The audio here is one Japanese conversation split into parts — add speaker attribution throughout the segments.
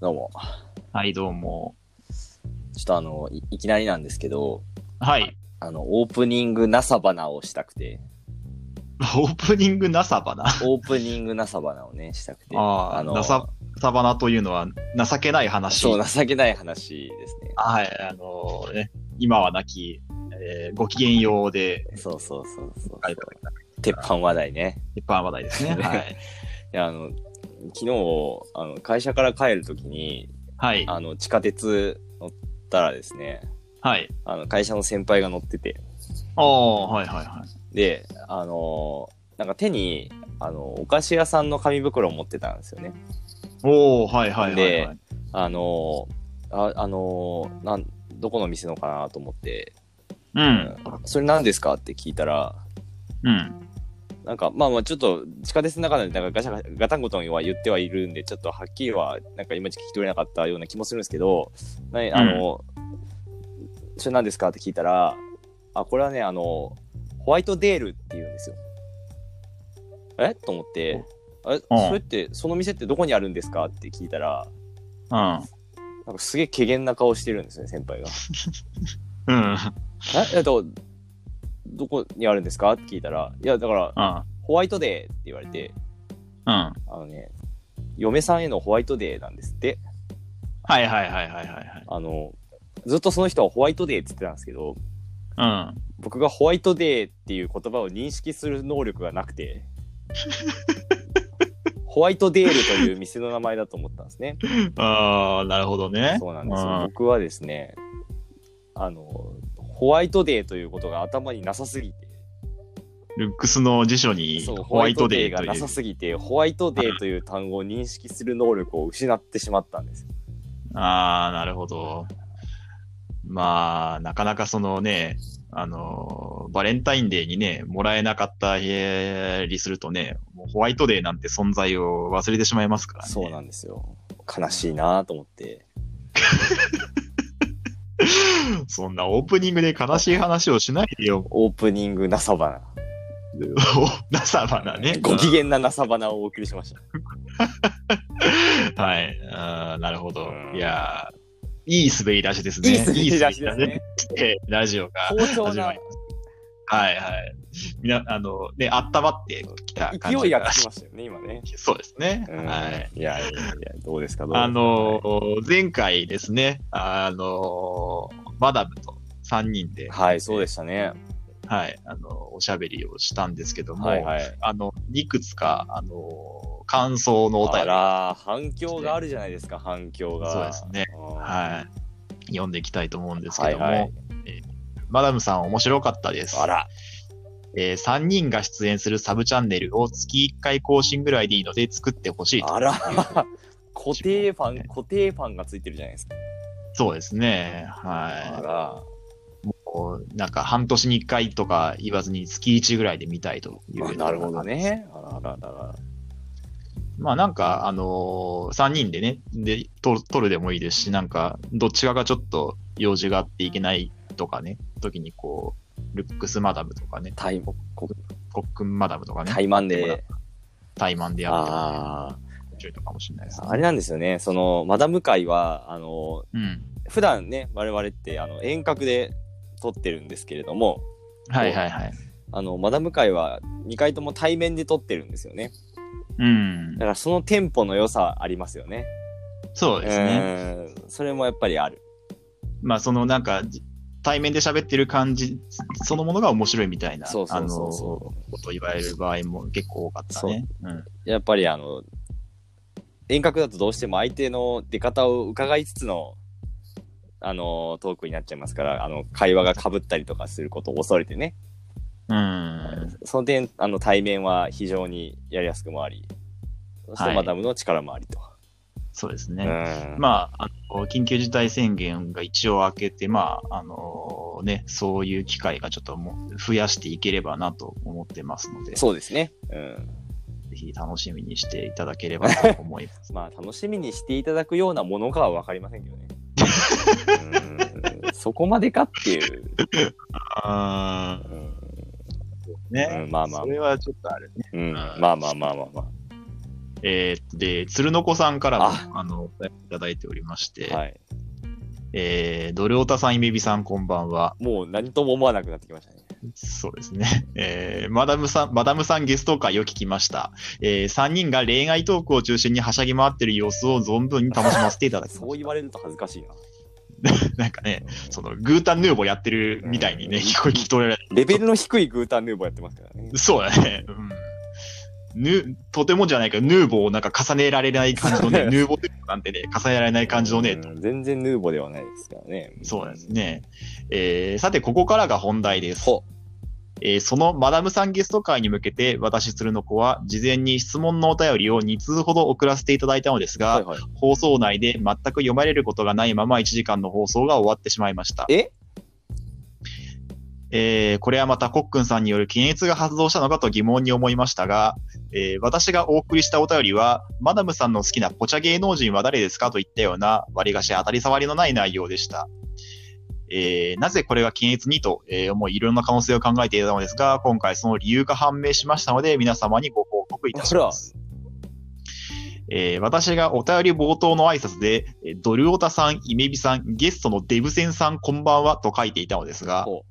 Speaker 1: どうも。
Speaker 2: はい、どうも。
Speaker 1: ちょっとあの、いいきなりなんですけど、
Speaker 2: はい。
Speaker 1: あの、オープニングなさばなをしたくて、
Speaker 2: オープニングなさばな。
Speaker 1: オープニングなさばなをね、したくて。
Speaker 2: ああ、
Speaker 1: の
Speaker 2: なさ、さばなというのは情けない話。
Speaker 1: そう、情けない話ですね。
Speaker 2: はい、あのね、今は亡き、えーごきげんようで、
Speaker 1: そうそうそうそう。
Speaker 2: はい
Speaker 1: 鉄板話題ね。
Speaker 2: 一般話題です ね。はい。
Speaker 1: いや、あの、昨日、あの会社から帰るときに、
Speaker 2: はい。
Speaker 1: あの、地下鉄乗ったらですね、
Speaker 2: はい。
Speaker 1: あの、会社の先輩が乗ってて、
Speaker 2: ああ、はいはいはい。
Speaker 1: で、あの、なんか手に、あの、お菓子屋さんの紙袋を持ってたんですよね。
Speaker 2: おおはいはいはい、はい
Speaker 1: で。あのーあ、あのーなん、どこの店のかなと思って、
Speaker 2: うん。
Speaker 1: それ何ですかって聞いたら、
Speaker 2: うん。
Speaker 1: なんか、まあまあ、ちょっと、地下鉄の中で、なんかガシャガシャガタンゴトンは言ってはいるんで、ちょっとはっきりは、なんかいまいち聞き取れなかったような気もするんですけど、ね、あのーそれ何ですかって聞いたら、あ、これはね、あのホワイトデールって言うんですよ。えと思って、え、
Speaker 2: うん
Speaker 1: それって、その店ってどこにあるんですかって聞いたら、
Speaker 2: うん。
Speaker 1: なんかすげえ怪げな顔してるんですね、先輩が。
Speaker 2: うん。
Speaker 1: ええっと、どこにあるんですかって聞いたら、いや、だから、
Speaker 2: うん。
Speaker 1: ホワイトデーって言われて、
Speaker 2: うん。
Speaker 1: あのね、嫁さんへのホワイトデーなんですって、
Speaker 2: はいはいはいはいはい
Speaker 1: あの、ずっとその人はホワイトデーって言ってたんですけど、
Speaker 2: はい。
Speaker 1: 僕がホワイトデーっていう言葉を認識する能力がなくて、ホワイトデールという店の名前だと思ったんですね。
Speaker 2: うん。ああ、なるほどね。
Speaker 1: そうなんです
Speaker 2: う
Speaker 1: よ。僕はですね、あの、ホワイトデーということが頭になさすぎて、
Speaker 2: ルックスの辞書に
Speaker 1: そう
Speaker 2: ホワイトデー
Speaker 1: ホワイトデー
Speaker 2: とい
Speaker 1: がな
Speaker 2: う
Speaker 1: さ。すぎてホワイトデーという単語を認識する能力を失ってしまったんですよ
Speaker 2: ああ、なるほど。まあ、なかなかそのね、あのー、バレンタインデーにね、もらえなかったりするとね、もうホワイトデーなんて存在を忘れてしまいますからね。
Speaker 1: そうなんですよ悲しいなと思って
Speaker 2: そんなオープニングで悲しい話をしないでよ。
Speaker 1: オープニングなさば
Speaker 2: なさばな
Speaker 1: な、
Speaker 2: ね。
Speaker 1: ご機嫌ななさばなをお送りしました
Speaker 2: はい。あーなるほど
Speaker 1: う。ん
Speaker 2: いやーいい滑り出しですね。
Speaker 1: いい滑り出しです
Speaker 2: いい滑り
Speaker 1: ね
Speaker 2: 出しでラジオが。
Speaker 1: 好調な
Speaker 2: 始まりはいはい。みな、あの、ね、温まってきた感じ
Speaker 1: 勢いがつきましたよね今ね
Speaker 2: そうですね。
Speaker 1: うん
Speaker 2: はい。
Speaker 1: いやいやいやどうですかどうですか
Speaker 2: あのー前回ですね、あのーマダムと3人で、
Speaker 1: はいそうでしたね
Speaker 2: はい、あのーおしゃべりをしたんですけども、
Speaker 1: はいはい
Speaker 2: あの、いくつか、あのー感想のお便
Speaker 1: あ
Speaker 2: り、
Speaker 1: ら反響があるじゃないですか反響が
Speaker 2: そうですね。
Speaker 1: は
Speaker 2: はい。読んでいきたいと思うんです
Speaker 1: は
Speaker 2: け
Speaker 1: い
Speaker 2: ども、
Speaker 1: はい
Speaker 2: マダムさん面白かったです。
Speaker 1: あら
Speaker 2: えー、3人が出演するサブチャンネルを月1回更新ぐらいでいいので作ってほしいと
Speaker 1: あら固定ファン固定ファンがついてるじゃないですか
Speaker 2: そうですね。
Speaker 1: あ
Speaker 2: は
Speaker 1: ら
Speaker 2: い。もう、なんか半年に1回とか言わずに月1ぐらいで見たいという。
Speaker 1: あなるほど。ね。あらあらあらあら。
Speaker 2: まあなんか、あのー、3人でね、で、撮る撮るでもいいですし、なんか、どっちかがちょっと用事があっていけないとかね、時にこう、ルックスマダムとかね、
Speaker 1: タイこ
Speaker 2: コックンマダムとかね、
Speaker 1: タイマン
Speaker 2: やっ
Speaker 1: で
Speaker 2: て。対マンでやって
Speaker 1: あ
Speaker 2: 面白いのかもしれないです
Speaker 1: あ。
Speaker 2: ね。
Speaker 1: あれなんですよね。その、マダム会は、あの、
Speaker 2: うん。
Speaker 1: 普段ね、我々って、あの、遠隔で撮ってるんですけれども、
Speaker 2: はいはいはい。
Speaker 1: あの、マダム会は2回とも対面で撮ってるんですよね。
Speaker 2: うん
Speaker 1: だ。からそのテンポの良さありますよね。
Speaker 2: そうですね。
Speaker 1: うんそれもやっぱりある。
Speaker 2: まあそのなんかじ対面で喋ってる感じそのものが面白いみたいな
Speaker 1: そうそうそうそう
Speaker 2: あのことを言われる場合も結構多かったね。うん
Speaker 1: やっぱりあの、遠隔だとどうしても相手の出方を伺いつつの、あのトークになっちゃいますから、あの、会話が被ったりとかすることを恐れてね、
Speaker 2: うん。
Speaker 1: その点、あの対面は非常にやりやすくもあり、そして
Speaker 2: はい
Speaker 1: マダムの力もありと。
Speaker 2: そうです
Speaker 1: う
Speaker 2: ね。
Speaker 1: ん
Speaker 2: まあ、あの緊急事態宣言が一応明けて、まあ、あのね、そういう機会がちょっともう増やしていければなと思ってますので、ぜ
Speaker 1: そうですね。うん。
Speaker 2: ひ楽しみにしていただければと思 います。
Speaker 1: まあ、楽しみにしていただくようなものかは分かりませんけどね。うんそこまでかっていう。
Speaker 2: あ
Speaker 1: うん
Speaker 2: ーね、
Speaker 1: うんまあまあ
Speaker 2: それはちょっとあるね。
Speaker 1: うんまあまあまあまあまあ。
Speaker 2: えーで、鶴の子さんからも
Speaker 1: あ
Speaker 2: あのお便りいただいておりまして、
Speaker 1: はい。
Speaker 2: えードルオタさん、イメビさん、こんばんは。
Speaker 1: もう何とも思わなくなってきましたね。
Speaker 2: そうですね。 えーマダムさん、マダムさんゲスト会を聞きました。え3人が恋愛トークを中心にはしゃぎ回ってる様子を存分に楽しませていただきま した。
Speaker 1: そう言われると恥ずかしいな。
Speaker 2: なんかね、そのグータンヌーボーやってるみたいにね、
Speaker 1: うん
Speaker 2: 聞こえ聞き取られる。
Speaker 1: レベルの低いグータンヌーボーやってますからね。
Speaker 2: そうだね。うんぬとてもじゃないけど、ヌーボーをなんか重ねられない感じの ね、ヌーボーテなんてね、重ねられない感じのね、
Speaker 1: うん全然ヌーボーではないですからね。
Speaker 2: そうですね。えーさて、ここからが本題です。
Speaker 1: ほ
Speaker 2: えーそのマダムさんゲスト会に向けて、私、鶴の子は、事前に質問のお便りを2通ほど送らせていただいたのですが、
Speaker 1: はいはい。
Speaker 2: 放送内で全く読まれることがないまま1時間の放送が終わってしまいました。
Speaker 1: え
Speaker 2: えーこれはまたコックンさんによる検閲が発動したのかと疑問に思いましたが、えー私がお送りしたお便りは、マダムさんの好きなポチャ芸能人は誰ですかといったような割り菓子当たり障りのない内容でした。えーなぜこれが検閲にと、えー思いいろんな可能性を考えていたのですが、今回その理由が判明しましたので、皆様にご報告いたします。えー私がお便り冒頭の挨拶で、えードルオタさん、イメビさん、ゲストのデブセンさん、こんばんはと書いていたのですが、
Speaker 1: ほ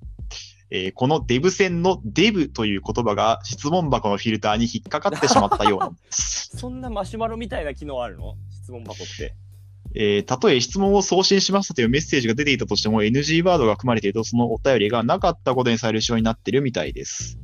Speaker 2: えーこのデブ戦のデブという言葉が質問箱のフィルターに引っかかってしまったようなんです。
Speaker 1: そんなマシュマロみたいな機能あるの質問箱って。
Speaker 2: えーたとえ質問を送信しましたというメッセージが出ていたとしても NG ワードが含まれているとそのお便りがなかったことにされる仕様になっているみたいです。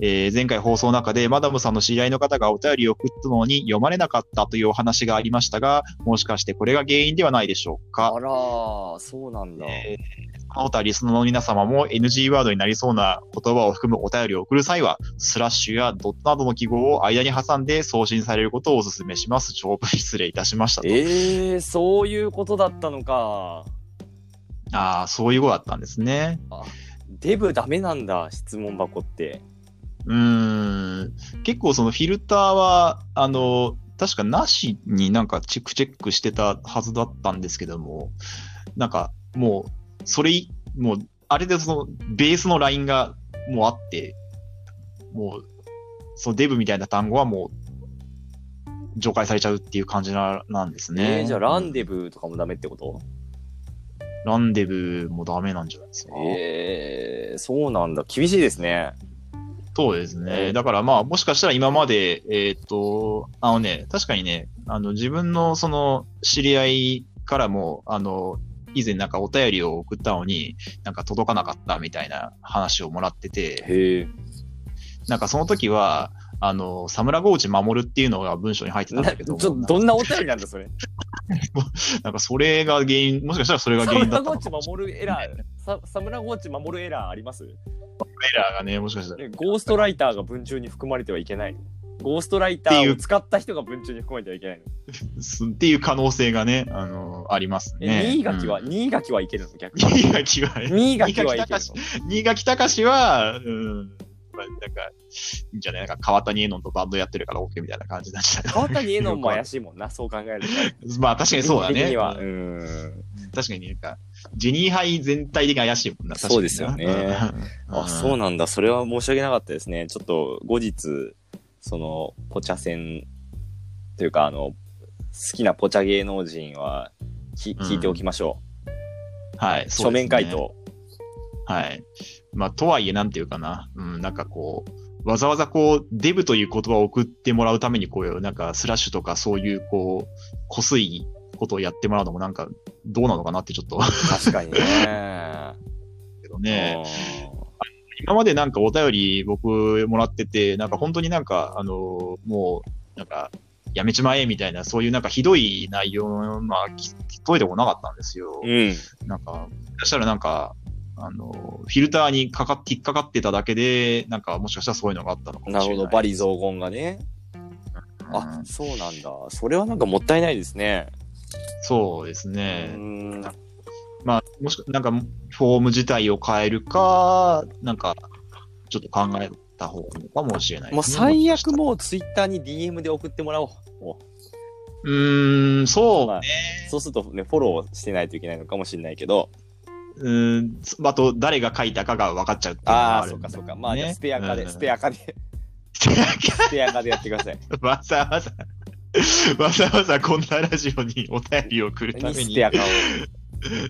Speaker 2: えー前回放送の中でマダムさんの知り合いの方がお便りを送ったのに読まれなかったというお話がありましたが、もしかしてこれが原因ではないでしょうか
Speaker 1: あ。らー、そうなんだ。
Speaker 2: えーその他リスナーの皆様も NG ワードになりそうな言葉を含むお便りを送る際は、スラッシュやドットなどの記号を間に挟んで送信されることをお勧めします。長文失礼いたしましたと。
Speaker 1: えー、そういうことだったのか。
Speaker 2: ああ、そういうことだったんですね。
Speaker 1: デブダメなんだ、質問箱って。
Speaker 2: うーん。結構そのフィルターは、あの、確かなしになんかチェックチェックしてたはずだったんですけども、なんかもう、それい、もう、あれでそのベースのラインがもうあって、もう、そのデブみたいな単語はもう、除外されちゃうっていう感じななんですね。
Speaker 1: えー、じゃあランデブーとかもダメってこと
Speaker 2: ランデブもダメなんじゃないですか。
Speaker 1: えー、そうなんだ。厳しいですね。
Speaker 2: そうです
Speaker 1: う
Speaker 2: ね。
Speaker 1: ん
Speaker 2: だからまあ、もしかしたら今まで、えーっと、あのね、確かにね、あの、自分のその、知り合いからも、あの、以前なんかお便りを送ったのに、なんか届かなかったみたいな話をもらってて、
Speaker 1: へえ。
Speaker 2: なんかその時は、あの、サムラゴーチ守るっていうのが文章に入ってたんだ け
Speaker 1: ちょ
Speaker 2: ど
Speaker 1: っ
Speaker 2: も、
Speaker 1: とどんなお便りなんだ、それ。
Speaker 2: なんかそれが原因、もしかしたらそれが
Speaker 1: サ
Speaker 2: 原
Speaker 1: ム
Speaker 2: 因だ
Speaker 1: ラ
Speaker 2: った
Speaker 1: ゴー
Speaker 2: のか
Speaker 1: チ
Speaker 2: もし
Speaker 1: 守るエラー、ササムラゴーチ守るエラーあります
Speaker 2: れないエラーがね、もしかしたら。
Speaker 1: ねゴーストライターが文中に含まれてはいけない。ゴーストライターを使った人が文中に含まれてはいけない。
Speaker 2: すっていう可能性がね、あの、あります
Speaker 1: え、
Speaker 2: ね。
Speaker 1: 新垣は、
Speaker 2: うん
Speaker 1: 新垣はいけるの 逆に。
Speaker 2: 新垣はね
Speaker 1: 新垣はいける
Speaker 2: 新新垣隆は、うん、まあなんか、いいんじゃないなんか川谷絵音とバンドやってるから OK みたいな感じなんじゃな
Speaker 1: の。川谷絵音も怪しいもんな、そう考えると。
Speaker 2: い まあ確かに そうだ
Speaker 1: 的
Speaker 2: ね。
Speaker 1: には。う
Speaker 2: うん
Speaker 1: ん。
Speaker 2: 確かになんか、ジェニー杯全体的に怪しいもんな。確かにな
Speaker 1: そうですよね
Speaker 2: うん
Speaker 1: あ、そう
Speaker 2: う
Speaker 1: なんだ。それは申し訳なかったですね。ちょっと後日、その、ポチャ戦というか、あの、好きなポチャ芸能人はき聞いておきましょう。書
Speaker 2: んはい。そうです
Speaker 1: 面
Speaker 2: ね
Speaker 1: 回。答。
Speaker 2: はい。まあ、とはいえ、なんていうかな。うん、なんかこう、わざわざこう、デブという言葉を送ってもらうために、こういう、なんか、スラッシュとか、そういう、こう、こすいことをやってもらうのも、なんか、どうなのかなって ちょっと、
Speaker 1: 確かにね。
Speaker 2: けどね。
Speaker 1: うん
Speaker 2: 今までなんかお便り僕もらってて、なんか本当になんか、あの、もう、なんか、やめちまえみたいな、そういうなんかひどい内容の、まあ、き聞こえてもなかったんですよ。
Speaker 1: うん。
Speaker 2: なんか、そしたらなんか、あの、フィルターにかかっ引っかかってただけで、なんかもしかしたらそういうのがあったのかも
Speaker 1: な
Speaker 2: し
Speaker 1: る
Speaker 2: れ
Speaker 1: ほ
Speaker 2: ない。
Speaker 1: ど、バリ雑言がね。
Speaker 2: うん
Speaker 1: あ、そうなんだ。それはなんかもったいないですね。
Speaker 2: そうです
Speaker 1: う
Speaker 2: ね。
Speaker 1: ーん。
Speaker 2: まあ、もしくなんか、フォーム自体を変えるか、なんか、ちょっと考えた方がいいのかもしれない
Speaker 1: もう
Speaker 2: ですね、
Speaker 1: 最悪もうツイッターに DM で送ってもらおう。お
Speaker 2: うーん、そう
Speaker 1: まあそうするとね、フォローしてないといけないのかもしれないけど。
Speaker 2: うーん、あと、誰が書いたかが分かっちゃうっていうのが
Speaker 1: ああ、
Speaker 2: る
Speaker 1: そうん
Speaker 2: だ
Speaker 1: か
Speaker 2: よね
Speaker 1: そうか。まあ、じゃあスペアカで、スペ
Speaker 2: ア。
Speaker 1: アカで、
Speaker 2: スペア
Speaker 1: スペアカでやってください。
Speaker 2: カわざわざ。わざわざこんなラジオにお便りを送るため
Speaker 1: ミス
Speaker 2: に
Speaker 1: テ、アカを。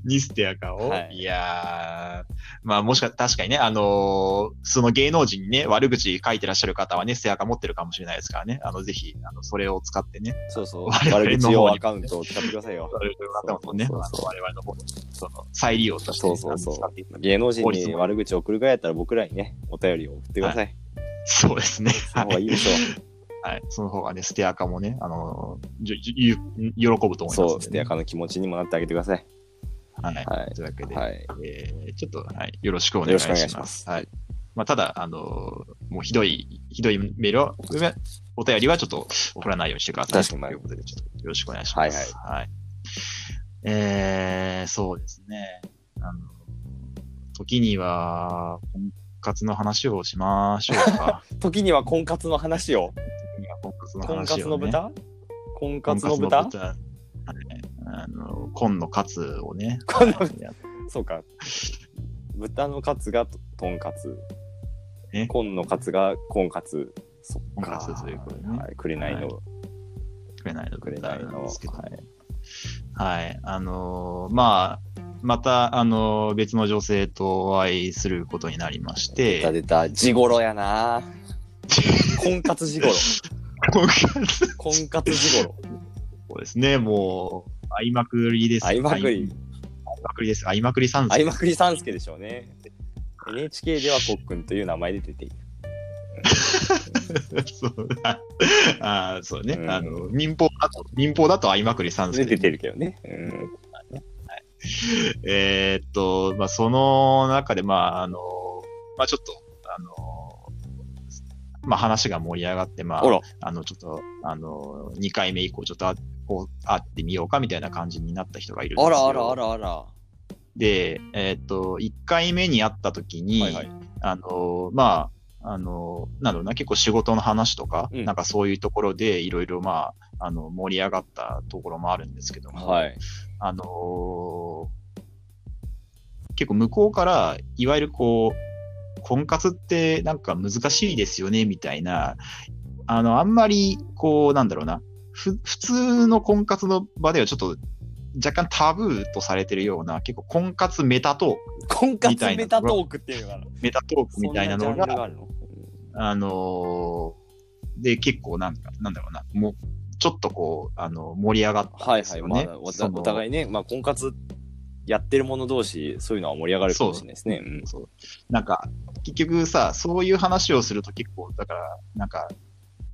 Speaker 2: ニステアカを、
Speaker 1: はい
Speaker 2: い、やー、まあもしか、確かにね、あのーその芸能人にね、悪口書いてらっしゃる方はね、ステアカ持ってるかもしれないですからね、あの、ぜひ、あの、それを使ってね、
Speaker 1: そうそう。
Speaker 2: 我々の方に
Speaker 1: 悪口用アカウントを使ってくださいよ。
Speaker 2: 我々の方もね、あ
Speaker 1: そ
Speaker 2: の
Speaker 1: うそうそう
Speaker 2: 我々の方に、その、再利用としてね、
Speaker 1: そうそうそう
Speaker 2: あの使っていただけ
Speaker 1: 芸能人に悪口を送るぐらいやったら僕らにね、お便りを送ってください。
Speaker 2: そうですね。
Speaker 1: その方がいいでしょ
Speaker 2: はい。その方がね、ステアカもね、あのーじゅじゅゆ喜ぶと
Speaker 1: う。
Speaker 2: 思いますんでね、
Speaker 1: そう、ステアカの気持ちにもなってあげてください。
Speaker 2: はい。
Speaker 1: はい。
Speaker 2: というわけで、
Speaker 1: はい。
Speaker 2: えーちょっと、はい、よろしくお願いし
Speaker 1: よろ
Speaker 2: ま
Speaker 1: しくお願い
Speaker 2: す。
Speaker 1: します
Speaker 2: はい。まあ、ただ、あのーもうひどい、ひどいメールは、お便りはちょっと送らないようにしてください。
Speaker 1: 確かに
Speaker 2: ということで、ちょっとよろしくお願いします。はい、はい。えー、そうですね。あの、時には、婚活の話をしましょう か。
Speaker 1: 時には婚活の話を。
Speaker 2: 時には婚活の
Speaker 1: 婚
Speaker 2: 話を、ね。
Speaker 1: 活の豚婚
Speaker 2: 婚
Speaker 1: 活
Speaker 2: 活の
Speaker 1: の
Speaker 2: 豚
Speaker 1: 豚
Speaker 2: はいあの、紺のカツをね。
Speaker 1: 紺の
Speaker 2: はいや
Speaker 1: そうか。豚のカツがととんかつ
Speaker 2: ね。
Speaker 1: 紺のカツが婚活。そっか。
Speaker 2: 婚活ということでね
Speaker 1: はい。くれないの。
Speaker 2: くれないの
Speaker 1: くれないの。
Speaker 2: ですけど、
Speaker 1: は
Speaker 2: はい。あのーまあ、また、あのー別の女性とお会いすることになりまし
Speaker 1: い。出た出
Speaker 2: て、
Speaker 1: た。地頃やな。婚活 地頃。
Speaker 2: 婚活
Speaker 1: 婚活地頃。
Speaker 2: そうですね、もう、会いまくりです。
Speaker 1: 会いまくり。
Speaker 2: 会いまくりです。会いまくりさん
Speaker 1: 会いまくりさんすけでしょうね。NHK ではコックンという名前で出ている。
Speaker 2: そうああーそうね、
Speaker 1: うん
Speaker 2: あの、民放だと、民放だと会いまくりさんです
Speaker 1: 出
Speaker 2: けど、
Speaker 1: てるけどね。うん
Speaker 2: えーっと、まあ、その中で、まあ、あのーまあ、ちょっと、あのーまあ、話が盛り上がって、まあ
Speaker 1: あ、ら、
Speaker 2: あの、ちょっと、あの、2回目以降、ちょっとあこう会ってみようかみたいな感じになった人がいるんです
Speaker 1: あ
Speaker 2: よ。
Speaker 1: らあらあらあら。
Speaker 2: で、えーっと、1回目に会った時に、
Speaker 1: はいはい
Speaker 2: あの、まあ、あの、なんだろうな、結構仕事の話とか、
Speaker 1: うん
Speaker 2: なんかそういうところで、いろいろ、まあ、あの、盛り上がったところもあるんですけども、
Speaker 1: はい。
Speaker 2: あの結構向こうから、いわゆるこう、婚活ってなんか難しいですよね、みたいな、あの、あんまり、こう、なんだろうな、ふ普通の婚活の場ではちょっと若干タブーとされてるような、結構婚活メタト
Speaker 1: 婚活メタトークっていうのがある
Speaker 2: ーク、メタトーク
Speaker 1: そ
Speaker 2: み
Speaker 1: ん
Speaker 2: たいな
Speaker 1: ジャ
Speaker 2: の
Speaker 1: ンル
Speaker 2: が、
Speaker 1: があるの
Speaker 2: あので、結構なんか、なんだろうな、もう、ちょっとこう、あの、盛り上がったん
Speaker 1: はい
Speaker 2: です
Speaker 1: はい。
Speaker 2: よ
Speaker 1: ま
Speaker 2: ね。
Speaker 1: あ、お
Speaker 2: その
Speaker 1: お互いね、まあ、婚活やってる者同士、そういうのは盛り上がるかもしれないですね。うん
Speaker 2: そう。なんか、結局さ、そういう話をすると結構、だから、なんか、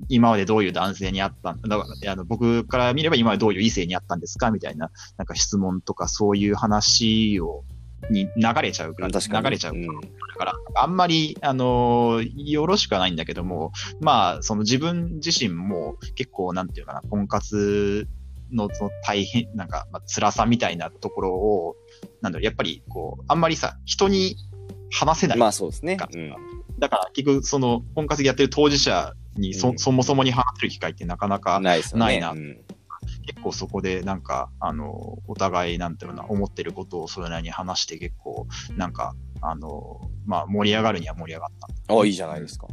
Speaker 2: 今までどういう男性にあったんだからあの、僕から見れば今までどういう異性にあったんですかみたいな、なんか質問とかそういう話を、に流れちゃうから、
Speaker 1: 確かに。
Speaker 2: 流れちゃう
Speaker 1: うん
Speaker 2: から、あんまり、あのーよろしくはないんだけども、まあ、その自分自身も結構、なんていうかな、婚活のその大変、なんか、まあ、辛さみたいなところを、なんだろう、やっぱり、こう、あんまりさ、人に話せない。
Speaker 1: まあそうですね
Speaker 2: か。
Speaker 1: うん
Speaker 2: だから、結局、その、婚活やってる当事者にそ、
Speaker 1: うん
Speaker 2: そもそもに話せる機会ってなかなか、
Speaker 1: ないですよね。
Speaker 2: ないな
Speaker 1: うん
Speaker 2: 結構そこで、なんか、あの、お互い、なんていうのかな、思ってることをそれなりに話して、結構、なんか、あの、まあ、盛り上がるには盛り上がった。
Speaker 1: あ、いいじゃないですか。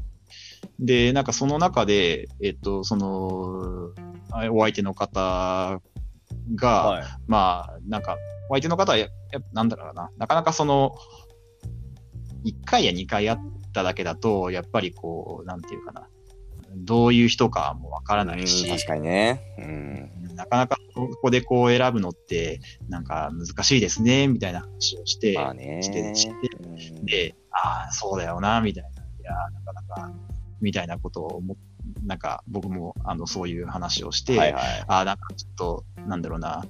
Speaker 2: で、なんかその中で、えっと、その、あお相手の方が、
Speaker 1: はい。
Speaker 2: まあ、なんか、お相手の方はや、やなんだろうな、なかなかその、1回や2回会っただけだと、やっぱりこう、なんていうかな、どういう人かもわからないし
Speaker 1: うん、確かにね。うん。
Speaker 2: なかなかここでこう選ぶのって、なんか難しいですね、みたいな話をして、
Speaker 1: まあね。
Speaker 2: してして
Speaker 1: うん
Speaker 2: で、ああ、そうだよな、みたいな、いやー、なかなか、みたいなことを思っなんか僕もあのそういう話をして、
Speaker 1: はいはい。
Speaker 2: ああ、なんかちょっと、なんだろうな、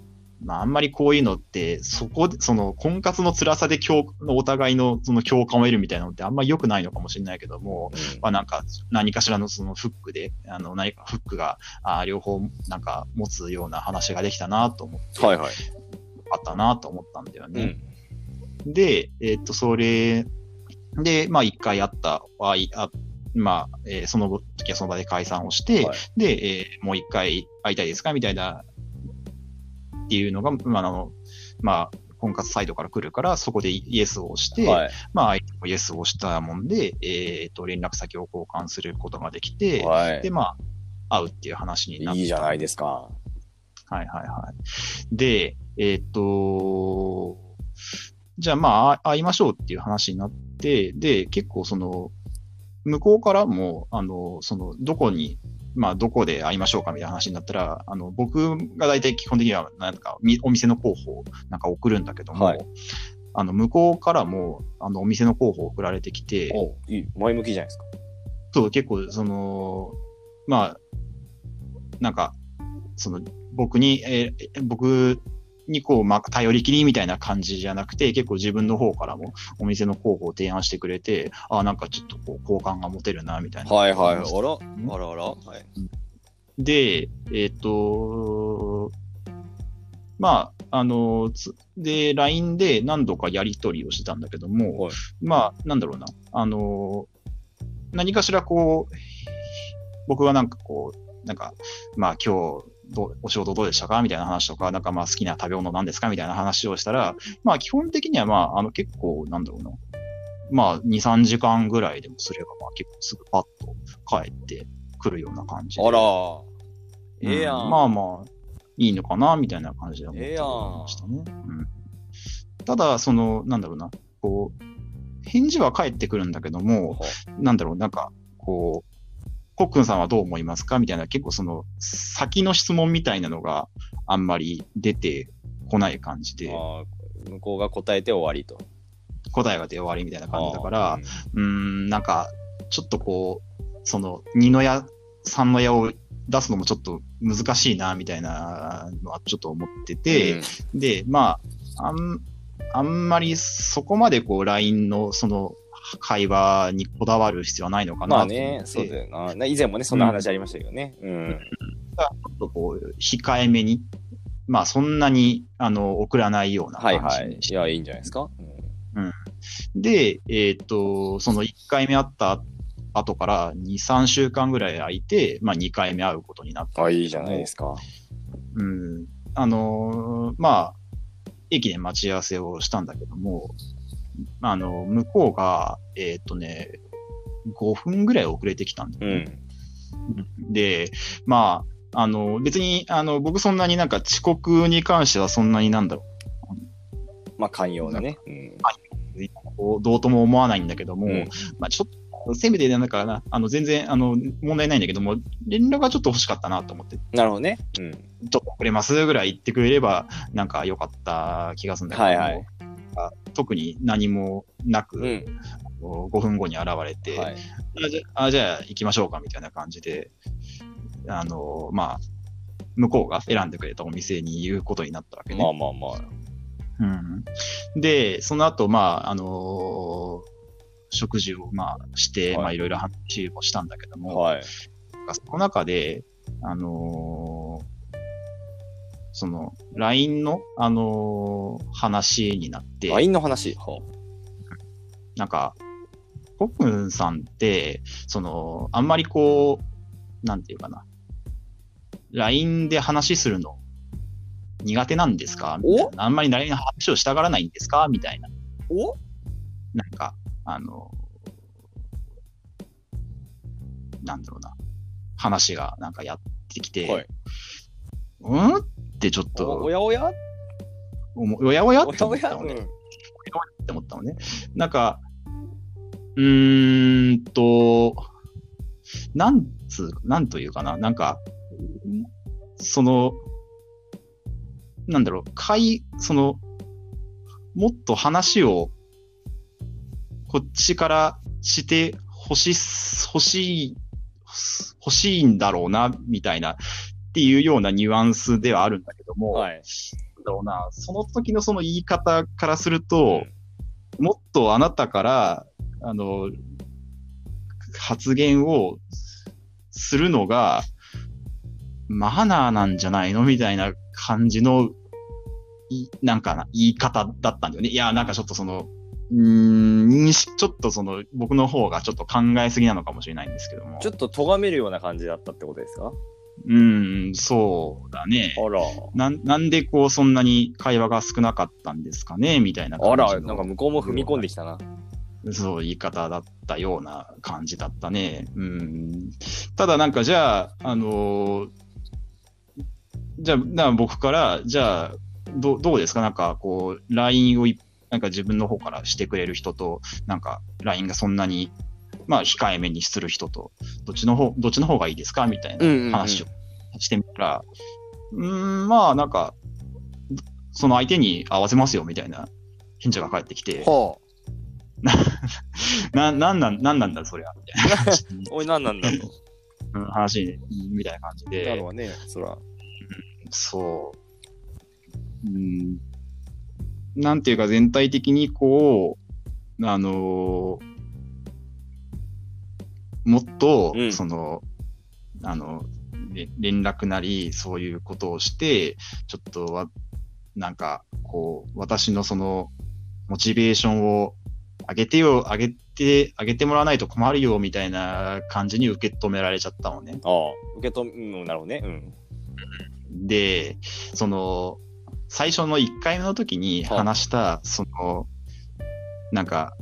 Speaker 2: まあ、あんまりこういうのって、そこで、その婚活の辛さで共お互いのその共感を得るみたいなのって、あんまり良くないのかもしれないけども、
Speaker 1: うん
Speaker 2: まあ、なんか何かしらのそのフックで、あの何かフックがあー両方なんか持つような話ができたなと思って、
Speaker 1: はいはい。
Speaker 2: あったなと思ったんだよね。
Speaker 1: うん。
Speaker 2: で、えーっと、それで、まあ、一回会った、あいあまあ、えーその時はその場で解散をして、
Speaker 1: はい
Speaker 2: で、えーもう一回会いたいですかみたいな、っていうのが、まあ、あの、まあ、婚活サイトから来るから、そこでイエスをして、
Speaker 1: は
Speaker 2: まあ、相手もイエスをしたもんで、えーっと、連絡先を交換することができ
Speaker 1: い。
Speaker 2: て、
Speaker 1: はい
Speaker 2: で、。まあ、会うっていう話になった。
Speaker 1: いいじゃないですか。
Speaker 2: はいはいはい。で、えーっと、じゃあまあ、あ会いましょうっていう話になって、で、結構その、向こうからも、あの、その、どこに、まあ、どこで会いましょうかみたいな話になったら、あの、僕が大体基本的には、なんか、みお店の候補をなんか送るんだけども、
Speaker 1: はい
Speaker 2: あの、向こうからも、あの、お店の候補を送られてきて、
Speaker 1: おいい前向きじゃないですか。
Speaker 2: そう、結構、その、まあ、なんか、その、僕に、えー僕にこう、まあ、頼りきりみたいな感じじゃなくて、結構自分の方からもお店の候補を提案してくれて、あなんかちょっとこう、好感が持てるな、みたいな。
Speaker 1: はいはい。あら、あらあら。はい。
Speaker 2: で、えっ、と、まあ、あの、つで、LINE で何度かやり取りをしてたんだけども、
Speaker 1: はい
Speaker 2: まあ、なんだろうな、あの、何かしらこう、僕はなんかこう、なんか、まあ今日どう、お仕事どうでしたかみたいな話とか、なんかまあ好きな食べ物なんですかみたいな話をしたら、まあ基本的にはまあ、あの結構、なんだろうな、まあ2、3時間ぐらいでもすれば、まあ結構すぐパッと帰ってくるような感じで。
Speaker 1: あら。ええや。
Speaker 2: うんまあまあ、いいのかな、みたいな感じで思って
Speaker 1: ええやん
Speaker 2: ましたね。うん、ただ、その、なんだろうな、こう、返事は返ってくるんだけども、なんだろう、なんか、こう、コックンさんはどう思いますかみたいな、結構その、先の質問みたいなのがあんまり出てこない感じで、
Speaker 1: あー向こうが答えて終わりと。
Speaker 2: 答えが出終わりみたいな感じだから、
Speaker 1: あー、
Speaker 2: うーん、なんか、ちょっとこう、その、二の矢、三の矢を出すのもちょっと難しいな、みたいなのはちょっと思って
Speaker 1: う
Speaker 2: て
Speaker 1: ん、
Speaker 2: で、まあ、あん、あんまりそこまでこう、LINE のその、会話にこだわる必要はないのかな
Speaker 1: まあ
Speaker 2: と思って
Speaker 1: ね、そうだよな。な以前もね、そんな話ありましたけどね。うん。
Speaker 2: ちょっとこう、控えめに、まあそんなに、あの、送らないような
Speaker 1: はい
Speaker 2: 感
Speaker 1: は
Speaker 2: じ
Speaker 1: い。
Speaker 2: にし
Speaker 1: い
Speaker 2: て
Speaker 1: や、いいんじゃないですか。
Speaker 2: で、えっ、と、その1回目会った後から2、3週間ぐらい空いて、まあ2回目会うことになって、
Speaker 1: うんあ、いいじゃないですか。
Speaker 2: うん、あのーまあ、駅で待ち合わせをしたんだけども、あの、向こうが、えっ、とね、5分ぐらい遅れてきたんだ
Speaker 1: う
Speaker 2: よね
Speaker 1: ん。
Speaker 2: で、まあ、あの、別に、あの、僕そんなになんか遅刻に関してはそんなになんだろう
Speaker 1: まあ、寛容なね。うん
Speaker 2: こうどうとも思わないんだけども、
Speaker 1: うん
Speaker 2: まあ、ちょっと、せめてなんかな、あの全然あの問題ないんだけども、連絡がちょっと欲しかったなと思って、ち
Speaker 1: なるほどね。うん。
Speaker 2: ょっと遅れますぐらい言ってくれれば、なんか良かった気がするんだけども、
Speaker 1: はいはい
Speaker 2: あ特に何もなく、
Speaker 1: うん。
Speaker 2: こう5分後に現れて、
Speaker 1: はい。
Speaker 2: あじゃああじゃあ行きましょうかみたいな感じで、あのまあ、向こうが選んでくれたお店に行くことになったわけね。
Speaker 1: まあまあまあ。
Speaker 2: うんで、その後、まあ、あのー食事を、まあ、して、
Speaker 1: はい
Speaker 2: まあ、いろいろ話をしたんだけども、
Speaker 1: はい。
Speaker 2: その中で、あのーその、LINE の、あのー話になって、
Speaker 1: LINE の話。は
Speaker 2: なんか、コックンさんって、その、あんまりこう、なんていうかな、LINE で話するの苦手なんですかみたいな。あんまり LINE の話をしたがらないんですかみたいな。
Speaker 1: お
Speaker 2: なんか、あの、なんだろうな、話がなんかやってきて、
Speaker 1: はい
Speaker 2: うんってちょっ
Speaker 1: おお
Speaker 2: と、
Speaker 1: やおや
Speaker 2: おもおやおや
Speaker 1: お
Speaker 2: って
Speaker 1: や
Speaker 2: 思
Speaker 1: お
Speaker 2: った
Speaker 1: や
Speaker 2: の
Speaker 1: う
Speaker 2: ね。
Speaker 1: ん
Speaker 2: って思ったのね。なんか、うーんと、なんつう、なんというかな、なんか、その、なんだろう、会、その、もっと話を、こっちからして欲し、欲しい、欲しいんだろうな、みたいな、っていうようなニュアンスではあるんだけども、
Speaker 1: はい。
Speaker 2: なんだろうな、その時のその言い方からすると、もっとあなたから、あの、発言をするのが、マナーなんじゃないのみたいな感じの、いなんかな、言い方だったんだよね。いや、なんかちょっとその、うーん、認識ちょっとその、僕の方がちょっと考えすぎなのかもしれないんですけども。
Speaker 1: ちょっと咎めるような感じだったってことですか
Speaker 2: うーん、そうだね。
Speaker 1: あら。
Speaker 2: なんなんでこうそんなに会話が少なかったんですかねみたいな感
Speaker 1: あ
Speaker 2: じの
Speaker 1: ら、なんか向こうも踏み込んできたな。
Speaker 2: そう言い方だったような感じだったね。うん。ただなんかじゃあ、あのーじゃあ、な僕から、じゃあ、どどうですかなんかこう、LINE をいなんか自分の方からしてくれる人と、なんか LINE がそんなに、まあ控えめにする人と、どっちの方、どっちの方がいいですかみたいな
Speaker 1: うんうんうん
Speaker 2: 話をしてみたら、うーん、まあなんか、その相手に合わせますよみたいな返事が返ってきて、
Speaker 1: ほう。
Speaker 2: な、なんなん、なんなんだそりゃ、みたいな話に
Speaker 1: おい、なんなんだと。
Speaker 2: うん話に、みたいな感じで。
Speaker 1: だろうね、そら。
Speaker 2: そう。うん。なんていうか全体的にこう、あのーもっと、
Speaker 1: うん
Speaker 2: その、あの、れ連絡なり、そういうことをして、ちょっとわ、なんか、こう、私のその、モチベーションを上げてよ、上げて、上げてもらわないと困るよ、みたいな感じに受け止められちゃったのね。
Speaker 1: ああ、受け止め、うん、なるほどね。うん。
Speaker 2: で、その、最初の1回目の時に
Speaker 1: はい
Speaker 2: 話した、その、なんか、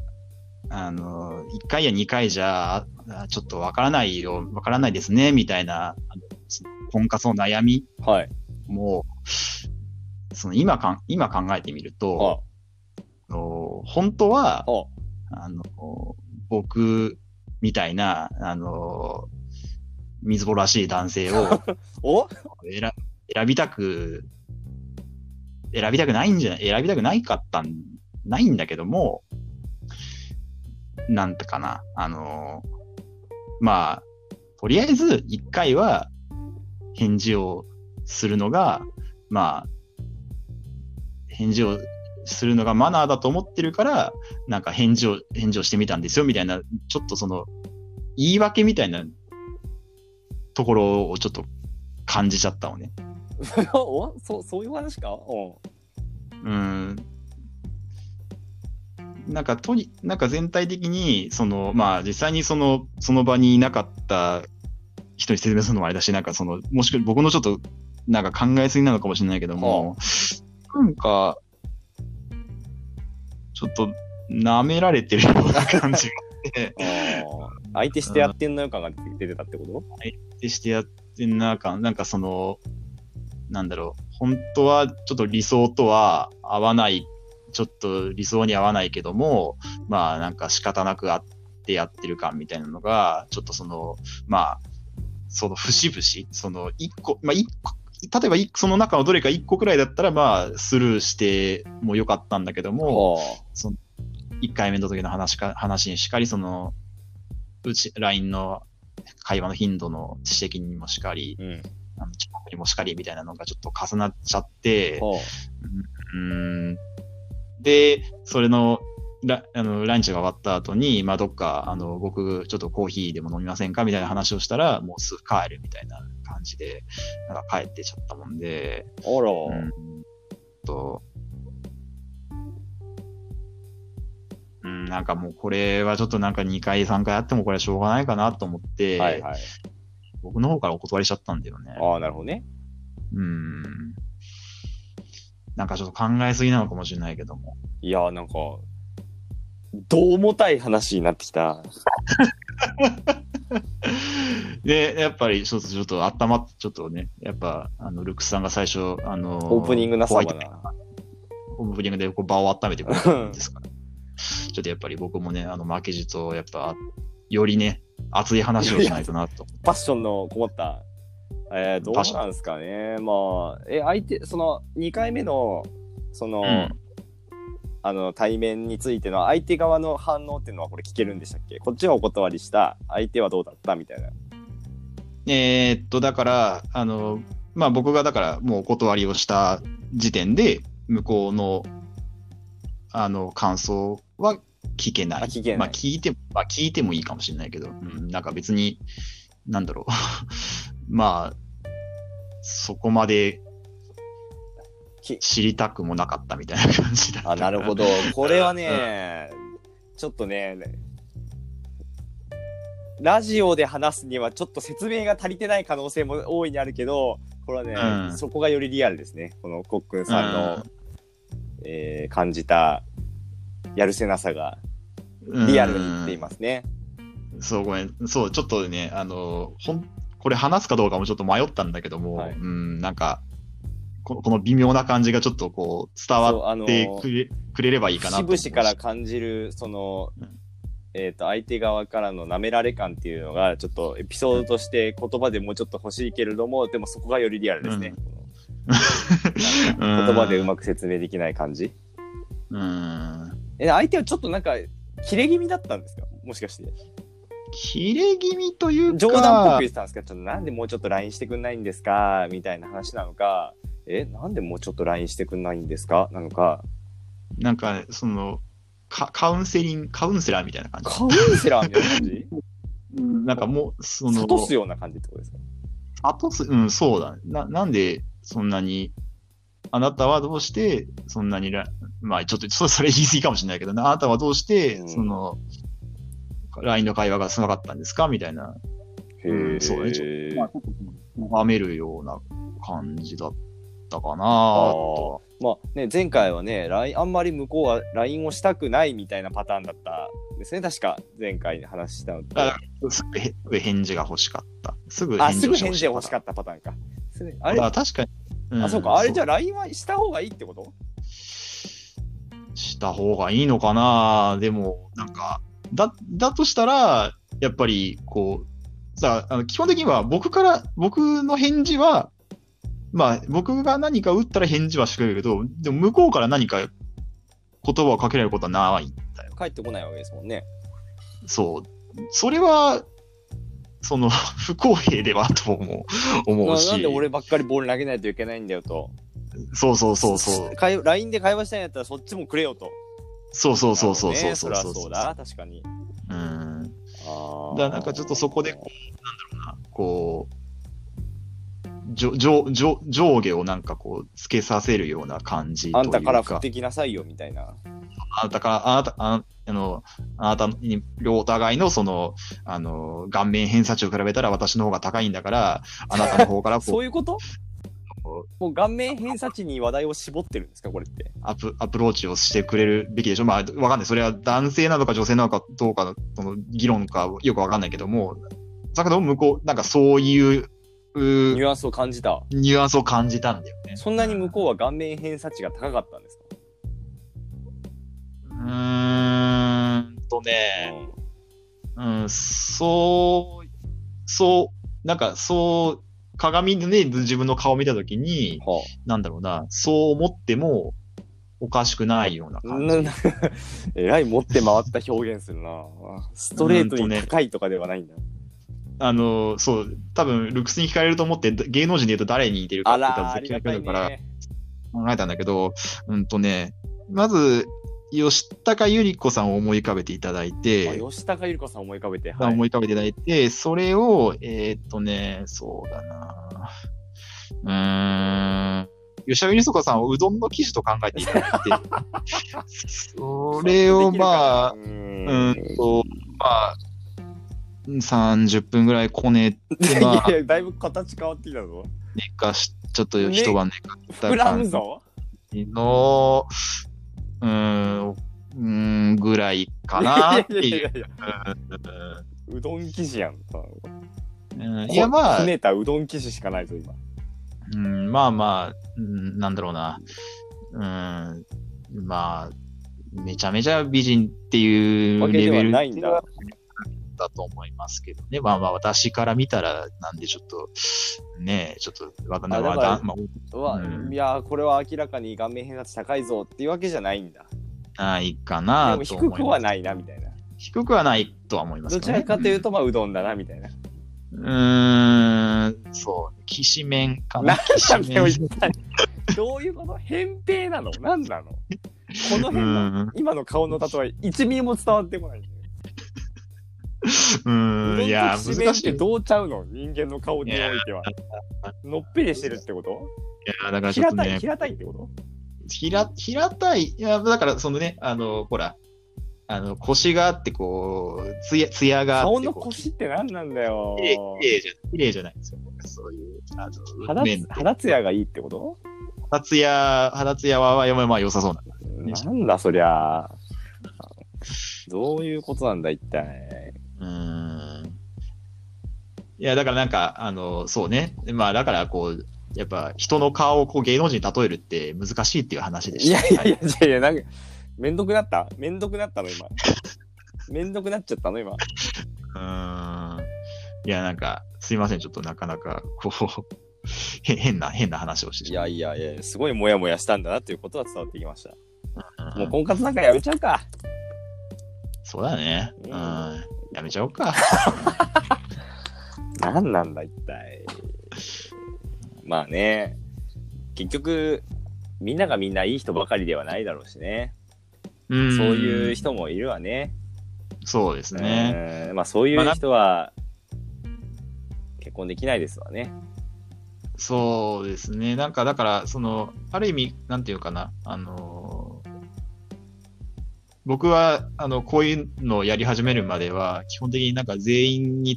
Speaker 2: あの、1回や2回じゃ、あちょっとわからないよ、わからないですね、みたいな、あのその婚活の悩み
Speaker 1: はい。
Speaker 2: も、その今かん、今考えてみると、
Speaker 1: あ
Speaker 2: あの本当は
Speaker 1: あ、、あ
Speaker 2: あの、僕みたいな、あの、水ぼらしい男性を、
Speaker 1: お
Speaker 2: 選選びたく、選びたくないんじゃない、選びたくないかったん、ないんだけども、なんてかな、あのーまあ、とりあえず一回は返事をするのが、まあ、返事をするのがマナーだと思ってるから、なんか返事を、返事をしてみたんですよ、みたいな、ちょっとその、言い訳みたいなところをちょっと感じちゃったのね。
Speaker 1: おそそういう話かお
Speaker 2: うん。なんかとに、なんか全体的に、その、まあ実際にその、その場にいなかった人に説明するのもあれだし、なんかその、もしくは僕のちょっと、なんか考えすぎなのかもしれないけども、なんか、ちょっと、舐められてるような感じがして、
Speaker 1: あー相手してやってんのよ感が出てたってこと
Speaker 2: ってしてやってんな感、なんかその、なんだろう、本当はちょっと理想とは合わない、ちょっと理想に合わないけども、まあなんか仕方なくあってやってる感みたいなのが、ちょっとその、まあ、その節々、その一個、まあ一個、例えば一個その中のどれか一個くらいだったら、まあスルーしてもよかったんだけども、
Speaker 1: あ
Speaker 2: 1回目の時の話か話にしかり、その、うち、LINE の会話の頻度の知的にもしかり、
Speaker 1: あうん
Speaker 2: あの遅刻にもしかりみたいなのがちょっと重なっちゃって、
Speaker 1: は
Speaker 2: うーんで、それの、ラあのランチが終わった後に、まあ、どっか、あの、僕、ちょっとコーヒーでも飲みませんかみたいな話をしたら、もうすぐ帰るみたいな感じで、なんか帰ってちゃったもんで、
Speaker 1: ああら、
Speaker 2: うんと、うん、なんかもうこれはちょっとなんか2回3回あってもこれはしょうがないかなと思って、
Speaker 1: はいはい
Speaker 2: 僕の方からお断りしちゃったんだよね。
Speaker 1: ああなるほどね
Speaker 2: うん。なんかちょっと考えすぎなのかもしれないけども。
Speaker 1: いやーなんかどうもたい話になってきた
Speaker 2: で、やっぱりちょっと、ちょっと頭っ、ちょっとね、やっぱ、あの、ルックスさんが最初、あの
Speaker 1: オープニングなさま
Speaker 2: ホワイ
Speaker 1: な
Speaker 2: トオープニングでこう場を温めてくれたんですから。ちょっとやっぱり僕もね、あの、負けじと、やっぱ、よりね、熱い話をしないとなと。
Speaker 1: パッションのこもったえー、ど
Speaker 2: パッシ
Speaker 1: う
Speaker 2: ョン
Speaker 1: なんですかねまあえ相手その2回目のその、
Speaker 2: うん
Speaker 1: あの対面についての相手側の反応っていうのはこれ聞けるんでしたっけこっちはお断りした相手はどうだったみたいな
Speaker 2: えーっと、だから、あの、まあ、僕がだから、もうお断りをした時点で、向こうの、あの、感想は聞けない。
Speaker 1: あ聞けない
Speaker 2: まあ、聞いて、まあ、聞いてもいいかもしれないけど、うん、なんか別に、なんだろう。 まあ、そこまで
Speaker 1: き
Speaker 2: 知りたくもなかったみたいな感じだった
Speaker 1: あ、なるほ
Speaker 2: ど。
Speaker 1: ど。 これはね、ちょっとね、ラジオで話すにはちょっと説明が足りてない可能性も大いにあるけど、これはね、
Speaker 2: うん
Speaker 1: そこがよりリアルですね。このコックンさんの、
Speaker 2: うん
Speaker 1: えー感じたやるせなさがリアルに言っていますね。
Speaker 2: そう、ごめん。そう、ちょっとね、あの、ほん、これ話すかどうかもちょっと迷ったんだけども、
Speaker 1: はい
Speaker 2: うん、なんか、ここの微妙な感じがちょっとこう、
Speaker 1: そ
Speaker 2: 伝
Speaker 1: う
Speaker 2: わ
Speaker 1: あ
Speaker 2: っ
Speaker 1: の
Speaker 2: てくれ,、くれればいいかなと
Speaker 1: 節
Speaker 2: 思う
Speaker 1: 々から感じるその
Speaker 2: うん、
Speaker 1: えー、と相手側からの舐められ感っていうのがちょっとエピソードとして言葉でもうちょっと欲しいけれどもでもそこがよりリアルですね、言葉でうまく説明できない感じ
Speaker 2: うん。うん。
Speaker 1: え相手はちょっとなんか切れ気味だったんですかもしかして
Speaker 2: 切れ気味というか、
Speaker 1: 冗談っぽく言ってたんですけどちょっとなんでもうちょっと LINE してくんないんですかみたいな話なのかえなんでもうちょっと LINE してくんないんですかなのか
Speaker 2: なんか、その、カカウンセリング、カウンセラーみたいな感
Speaker 1: カウンセラーみたいな感じ
Speaker 2: じ。なんかもう、 その、
Speaker 1: 諭すような感じってことですか
Speaker 2: 諭す、うん、そうだ。な、なんでそんなに、あなたはどうして、そんなにら、まあちょっと、そそれ言い過ぎかもしれないけど、あなたはどうして、
Speaker 1: うん
Speaker 2: その、LINE の会話が少なかったんですかみたいな、
Speaker 1: へー
Speaker 2: そうねちまあ、ちょっと、眺めるような感じだったかなと。
Speaker 1: まあね、前回はね、ラインあんまり向こうは LINE をしたくないみたいなパターンだったんですね、確か、前回話したのって
Speaker 2: あすぐへ返事が欲しかった。すぐ
Speaker 1: あ、すぐ返事が
Speaker 2: が
Speaker 1: 欲しか
Speaker 2: っ
Speaker 1: ったパターンか。すぐ
Speaker 2: た。
Speaker 1: あれ、
Speaker 2: あ確かに。ん
Speaker 1: あ、そうか、あれじゃあ LINE はした方がいいってこと
Speaker 2: した方がいいのかなでも、なんか、だ、だとしたら、やっぱり、こう、さ、あの基本的には僕から、僕の返事は、まあ、僕が何か打ったら返事はしてくれるけど、でも向こうから何か言葉をかけられることはないんだよ。
Speaker 1: 帰ってこないわけですもんね。
Speaker 2: そう。それは、その、 不公平ではとも思
Speaker 1: な
Speaker 2: うし。
Speaker 1: なんで俺ばっかりボール投げないといけないんだよと。
Speaker 2: そうそうそうそう。
Speaker 1: 会 LINE で会話したいんやったらそっちもくれよと。
Speaker 2: そうそうそうそう
Speaker 1: なるほど
Speaker 2: そう
Speaker 1: ね
Speaker 2: そ
Speaker 1: そうりゃ
Speaker 2: そう
Speaker 1: そうだ、確かに。
Speaker 2: うん。
Speaker 1: あー
Speaker 2: だからなんかちょっとそこでここう、じょ上上上下をなんかこう、つけさせるような感じとい
Speaker 1: あ
Speaker 2: うんか。
Speaker 1: たから振ってきなさいよみたいな。
Speaker 2: あなたから、あなた、ああの、あなたに、両お互いのその、あの、顔面偏差値を比べたら私の方が高いんだから、あなたの方からこ、
Speaker 1: そう ういうこともう顔面偏差値に話題を絞ってるんですか、これって。
Speaker 2: アプアプローチをしてくれるべきでしょ。まあ、わかんない。それは男性なのか女性なのかどうかの、その議論かよくわかんないけども、だけど向こう、なんかそういう、う
Speaker 1: ニ
Speaker 2: ー
Speaker 1: ュアンスを感じた。
Speaker 2: ニュアンスを感じたんだよね。
Speaker 1: そんなに向こうは顔面偏差値が高かったんですか、
Speaker 2: うーんとね、うん、そう、そう、なんかそう、鏡でね、自分の顔見たときに、
Speaker 1: は
Speaker 2: なんだろうな、そう思ってもおかしくないような
Speaker 1: あ、
Speaker 2: 感じ。
Speaker 1: ななえらい持って回った表現するなストレートに高いとかではないんだ、
Speaker 2: あの、そう、多分、ルックスに惹かれると思って、芸能人で言うと誰に似てるか
Speaker 1: あ
Speaker 2: って言
Speaker 1: ら
Speaker 2: った
Speaker 1: ーあ
Speaker 2: ら
Speaker 1: り
Speaker 2: 絶対
Speaker 1: が
Speaker 2: わ
Speaker 1: た
Speaker 2: かる
Speaker 1: い
Speaker 2: から
Speaker 1: ね
Speaker 2: 考えたんだけど、うんとね、まず、吉高由里子さんを思い浮かべていただいて、
Speaker 1: あ吉高由里子さん思い浮かべて、
Speaker 2: が思い浮かべていただいて、それを、えーっとね、そうだなうーん、吉田美里子さんをうどんの生地と考えていただ いて、それをまあ、
Speaker 1: う
Speaker 2: うんーんと、まあ、30分ぐらいこねて、まあ
Speaker 1: い、やだいぶ形変わってきたぞ
Speaker 2: 寝かし、ちょっと一晩寝かした
Speaker 1: 膨ら
Speaker 2: 感
Speaker 1: む
Speaker 2: じ
Speaker 1: ぞ
Speaker 2: の、うーん、うーんぐらいかなって
Speaker 1: いやい
Speaker 2: いう。
Speaker 1: やいやうどん生地やんい
Speaker 2: うんいや、まあ
Speaker 1: ひ、ねたうどん生地しかないぞ今
Speaker 2: うん、まあまあ、うんなんだろうな。うん、まあ、めちゃめちゃ美人っていう
Speaker 1: わけで
Speaker 2: レ
Speaker 1: は
Speaker 2: ベル
Speaker 1: ないんだ
Speaker 2: だと思いますけどね。まあまあ、私から見たら、なんでちょっと、ねえ、ちょっと、わかんない。
Speaker 1: あだ
Speaker 2: まあ
Speaker 1: から
Speaker 2: だま
Speaker 1: うわ、
Speaker 2: うん
Speaker 1: いやーこれは明らかに顔面偏差値高いぞっていうわけじゃないんだ
Speaker 2: あ、ないか
Speaker 1: で
Speaker 2: な
Speaker 1: も低
Speaker 2: と思い
Speaker 1: く
Speaker 2: ま
Speaker 1: は
Speaker 2: す。
Speaker 1: ないなみたいな
Speaker 2: 低くはないとは思います
Speaker 1: ど
Speaker 2: け
Speaker 1: ち
Speaker 2: どね
Speaker 1: らかというと、まあ、うどんだな、みたいな。
Speaker 2: うん、うーん、そう、きしめんかな。きし
Speaker 1: なん
Speaker 2: め
Speaker 1: で
Speaker 2: ん
Speaker 1: も一体どういうこと扁平なの何なのこの 辺の、
Speaker 2: うん
Speaker 1: 今の顔の例え、一ミリも伝わってこないんだよ。
Speaker 2: うん、いや、
Speaker 1: うどんときしめん
Speaker 2: 難
Speaker 1: っ
Speaker 2: してい。
Speaker 1: どうちゃうの人間の顔においては。のっぺりしてるってこと
Speaker 2: いや、だからちょっ
Speaker 1: 平
Speaker 2: と
Speaker 1: たい、
Speaker 2: ね、
Speaker 1: 平たいってこと
Speaker 2: 平平たい、いや、だからそのね、あの、ほら、あの、腰があって、こう、つや、つやがあ
Speaker 1: 顔
Speaker 2: って
Speaker 1: の
Speaker 2: こう、
Speaker 1: 腰って何なんだよ
Speaker 2: 綺。麗綺麗じゃ、綺麗じゃないんですよ。そういう、あの、
Speaker 1: 肌
Speaker 2: 面
Speaker 1: つ、肌ツヤがいいってこと
Speaker 2: 肌つや、肌つやは、まあまあまあ良さそうな。
Speaker 1: なんだそりゃ。どういうことなんだ一体。
Speaker 2: うーん。いや、だからなんか、あの、そうね。まあ、だからこう、やっぱ人の顔をこう芸能人に例えるって難しいっていう話で
Speaker 1: い
Speaker 2: し
Speaker 1: や
Speaker 2: た。
Speaker 1: いやい
Speaker 2: は
Speaker 1: や、いやいや、なんか、めんどくなっためんどくなったの、 今。めんどくなっちゃったの、今。
Speaker 2: うーん。いや、なんか、すいません。ちょっとなかなか、こう、へ変な、変な話をして
Speaker 1: い
Speaker 2: しま
Speaker 1: や
Speaker 2: う。
Speaker 1: いやいや、すごいモヤモヤしたんだなっていうことは伝わってきました。
Speaker 2: うん
Speaker 1: もう婚活なんかやめちゃうか。
Speaker 2: そうだね。
Speaker 1: う
Speaker 2: うんん。やめちゃおうか。
Speaker 1: なんなんだ、一体。まあね、結局、みんながみんないい人ばかりではないだろうしね。
Speaker 2: そう
Speaker 1: そういう。人もいるわね。
Speaker 2: そうですね。
Speaker 1: うんまあそういう人は、結婚できないですわね。
Speaker 2: そうですね。なんか、だから、その、ある意味、なんていうかな、あのー僕は、あの、こういうのをやり始めるまでは、基本的になんか全員に、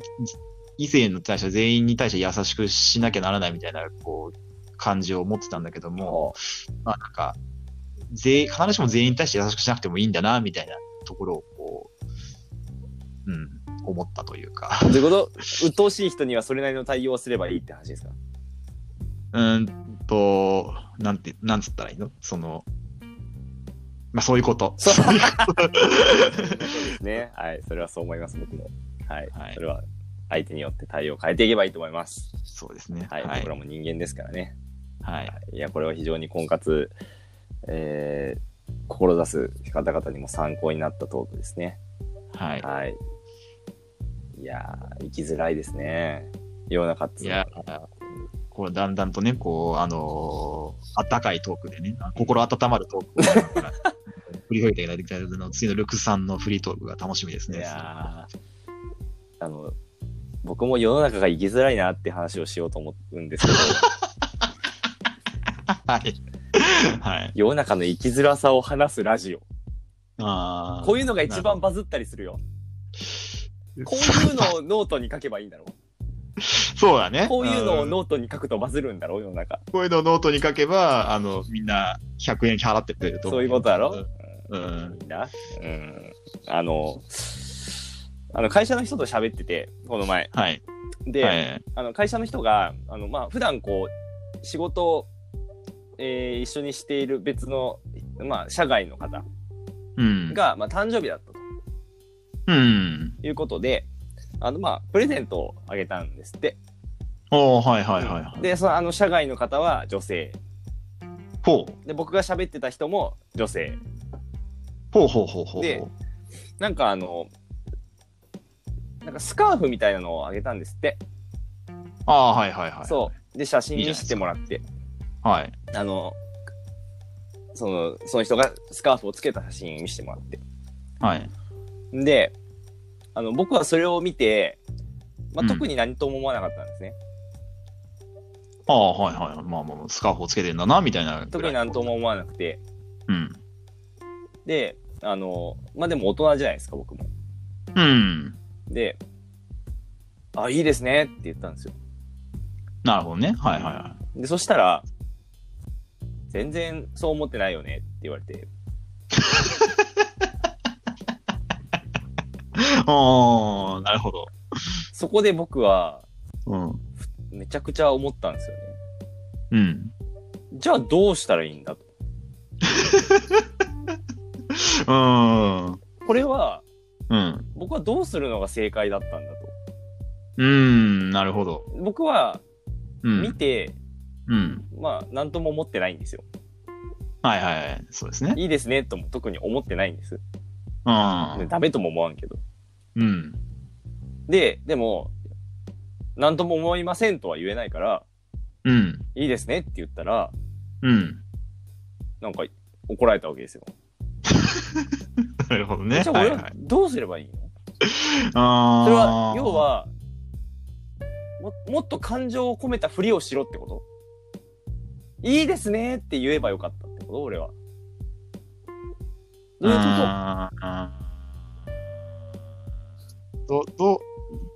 Speaker 2: 異性に対して全員に対して優しくしなきゃならないみたいな、こう、感じを持ってたんだけども、まあなんか、全必ずしも全員に対して優しくしなくてもいいんだな、みたいなところを、こう、うん、思ったというか。
Speaker 1: ということ、鬱陶しい人にはそれなりの対応をすればいいって話ですか
Speaker 2: うーんと、なんて、なんつったらいいのその、まあそういうこと。
Speaker 1: そう
Speaker 2: そういうこ と。
Speaker 1: ね。はい、それはそう思います、僕も。はい、
Speaker 2: はい
Speaker 1: それは相手によって対応を変えていけばいいと思います。
Speaker 2: そうですね。
Speaker 1: はい、
Speaker 2: はい
Speaker 1: 僕ら。も人間ですからね。
Speaker 2: はい
Speaker 1: いや、これは非常に婚活、えー、志す方々にも参考になったトークですね。
Speaker 2: はい。
Speaker 1: はい。いやー、生きづらいですね。世の中っつ
Speaker 2: いう
Speaker 1: のは
Speaker 2: や、こうだんだんとね、こう、あのー、あったかいトークでね、あ心温まるトークをな んか振り広げていただいてあの、次のルクさんのフリートークが楽しみですね。
Speaker 1: いやーあの、僕も世の中が生きづらいなって話をしようと思うんですけ ど、
Speaker 2: はい。はい。
Speaker 1: 世の中の生きづらさを話すラジオ。
Speaker 2: あー
Speaker 1: こういうのが一番バズったりするよ。こういうのをノートに書けばいいんだろう。
Speaker 2: そうだね。
Speaker 1: こういうのを
Speaker 2: ん
Speaker 1: ノートに書くとバズるんだろう、世の中。
Speaker 2: こういうのをノートに書けば、あの、みんな100円払ってくれると思
Speaker 1: そういうことだろ
Speaker 2: うん。
Speaker 1: みんな。うん。あの、あの会社の人と喋ってて、この前。
Speaker 2: はい。
Speaker 1: で、
Speaker 2: はい。
Speaker 1: あの会社の人が、あのまあ普段こう、仕事を、えー一緒にしている別の、まあ、社外の方
Speaker 2: うん。
Speaker 1: が、まあ、誕生日だったと
Speaker 2: うん。
Speaker 1: いうことで、あのまあプレゼントをあげたんですって。
Speaker 2: おーはいはいはいはい。
Speaker 1: で、そのあの社外の方は女性。
Speaker 2: ほう。
Speaker 1: で、僕が喋ってた人も女性。
Speaker 2: ほうほうほうほうほう。
Speaker 1: でなんかあの、なんかスカーフみたいなのをあげたんですって。
Speaker 2: ああー、はいはいはい。
Speaker 1: そう。で、写真
Speaker 2: いいじゃ
Speaker 1: 見
Speaker 2: ないですか
Speaker 1: せてもらって、
Speaker 2: はい。
Speaker 1: あの、その、その人がスカーフをつけた写真見せてもらって。
Speaker 2: はい。
Speaker 1: で、あの、僕はそれを見て、まあ、
Speaker 2: うん
Speaker 1: 特に何とも思わなかったんですね。
Speaker 2: ああ、はいはい。まあまあ、スカーフをつけてんだな、みたいな。
Speaker 1: 特に何と。も思わなくて。
Speaker 2: うん。
Speaker 1: で、あの、まあ、でも大人じゃないですか、僕も。
Speaker 2: うん。
Speaker 1: で、あ、いいですねって言ったんですよ。
Speaker 2: なるほどね。はいはいは
Speaker 1: で、そしたら、全然そう思ってないよねって言われて、
Speaker 2: い。おー、なるほど。
Speaker 1: そこで僕は
Speaker 2: うん。
Speaker 1: めちゃくちゃ思ったんですよね。
Speaker 2: うん。
Speaker 1: じゃあどうしたらいいんだと。
Speaker 2: うん。
Speaker 1: これは
Speaker 2: うん。
Speaker 1: 僕はどうするのが正解だったんだと。
Speaker 2: うん。なるほど。
Speaker 1: 僕は
Speaker 2: う
Speaker 1: 見
Speaker 2: ん。
Speaker 1: て、
Speaker 2: うん。
Speaker 1: まあ何とも思ってないんですよ。
Speaker 2: はいはいはい。そうですね。
Speaker 1: いいですねとも特に思ってないんです。
Speaker 2: う
Speaker 1: で
Speaker 2: ん。
Speaker 1: ダメとも思わんけど。
Speaker 2: うん。
Speaker 1: で、でも、何とも思いませんとは言えないから、
Speaker 2: うん。
Speaker 1: いいですねって言ったら、
Speaker 2: うん。
Speaker 1: なんか怒られたわけですよ。
Speaker 2: なるほどね。
Speaker 1: じゃあ俺
Speaker 2: はいは
Speaker 1: はいどうすればいいの、
Speaker 2: あー
Speaker 1: それは、要、はも、もっと感情を込めたふりをしろってこといいですねって言えばよかったってこと俺は。どういうこ
Speaker 2: あーどど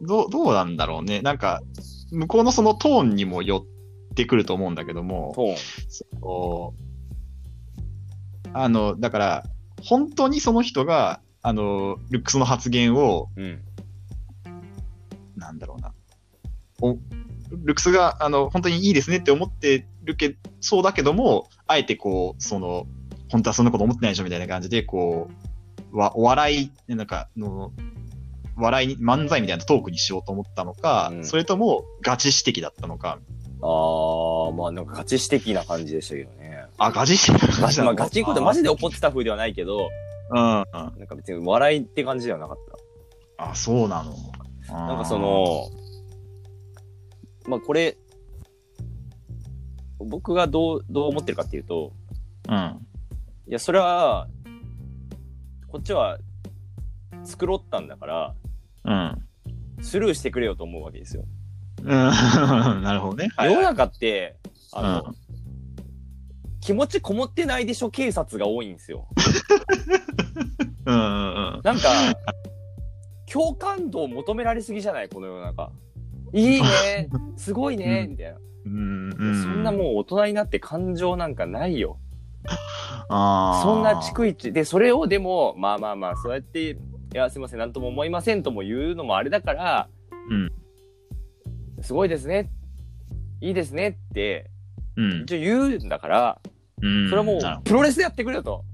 Speaker 2: どどうなんだろうね。なんか、向こうのそのトーンにもよってくると思うんだけど
Speaker 1: と
Speaker 2: も、
Speaker 1: トーン。
Speaker 2: こうあの、だから、本当にその人が、あの、ルックスの発言を、
Speaker 1: うん。
Speaker 2: なんだろうな。おルックスが、あの、本当にいいですねって思ってるけそうだけども、あえてこう、その、本当はそんなこと思ってないでしょみたいな感じで、こう、わお笑い、なんか、の、笑いに、漫才みたいなトークにしようと思ったのか、
Speaker 1: うん
Speaker 2: それともガチ指摘だったのか、
Speaker 1: あー、まあなんかガチ指摘な感じでしたけどね。
Speaker 2: あ、ガチ指摘の
Speaker 1: ガ
Speaker 2: 話
Speaker 1: チ、
Speaker 2: な
Speaker 1: ま
Speaker 2: の
Speaker 1: あ、
Speaker 2: か
Speaker 1: ガチンコってマジで怒ってた風ではないけど、
Speaker 2: うん。うん
Speaker 1: なんか別に笑いって感じではなかった。
Speaker 2: あ、そうなの。
Speaker 1: な
Speaker 2: なん
Speaker 1: かそ、の、まあこれ、僕がどう、どう思ってるかっていうと、
Speaker 2: うん。
Speaker 1: いや、それは、こっちは作ろったんだから、
Speaker 2: うん。
Speaker 1: スルーしてくれよと思うわけですよ。
Speaker 2: うん なるほどね。はい
Speaker 1: 世の中って、あの、
Speaker 2: う
Speaker 1: 気持ちこもってないでしょ警察が多いんですよ。
Speaker 2: うんうんうん。
Speaker 1: なんか、共感度を求められすぎじゃないこの世の中。いい ねすごいね、
Speaker 2: うん
Speaker 1: みたいな。
Speaker 2: うんうん、
Speaker 1: そんなもう大人になって感情なんかないよ。
Speaker 2: あー
Speaker 1: そんな逐一。で、それをでも、まあまあまあ、そうやって、いや、すいません、なんとも思いませんとも言うのもあれだから、
Speaker 2: うん
Speaker 1: すごいですね。いいですねって、
Speaker 2: うん
Speaker 1: 一応言うんだから、
Speaker 2: うん、
Speaker 1: それはもう
Speaker 2: なるほど、
Speaker 1: プロレスでやってくれよと。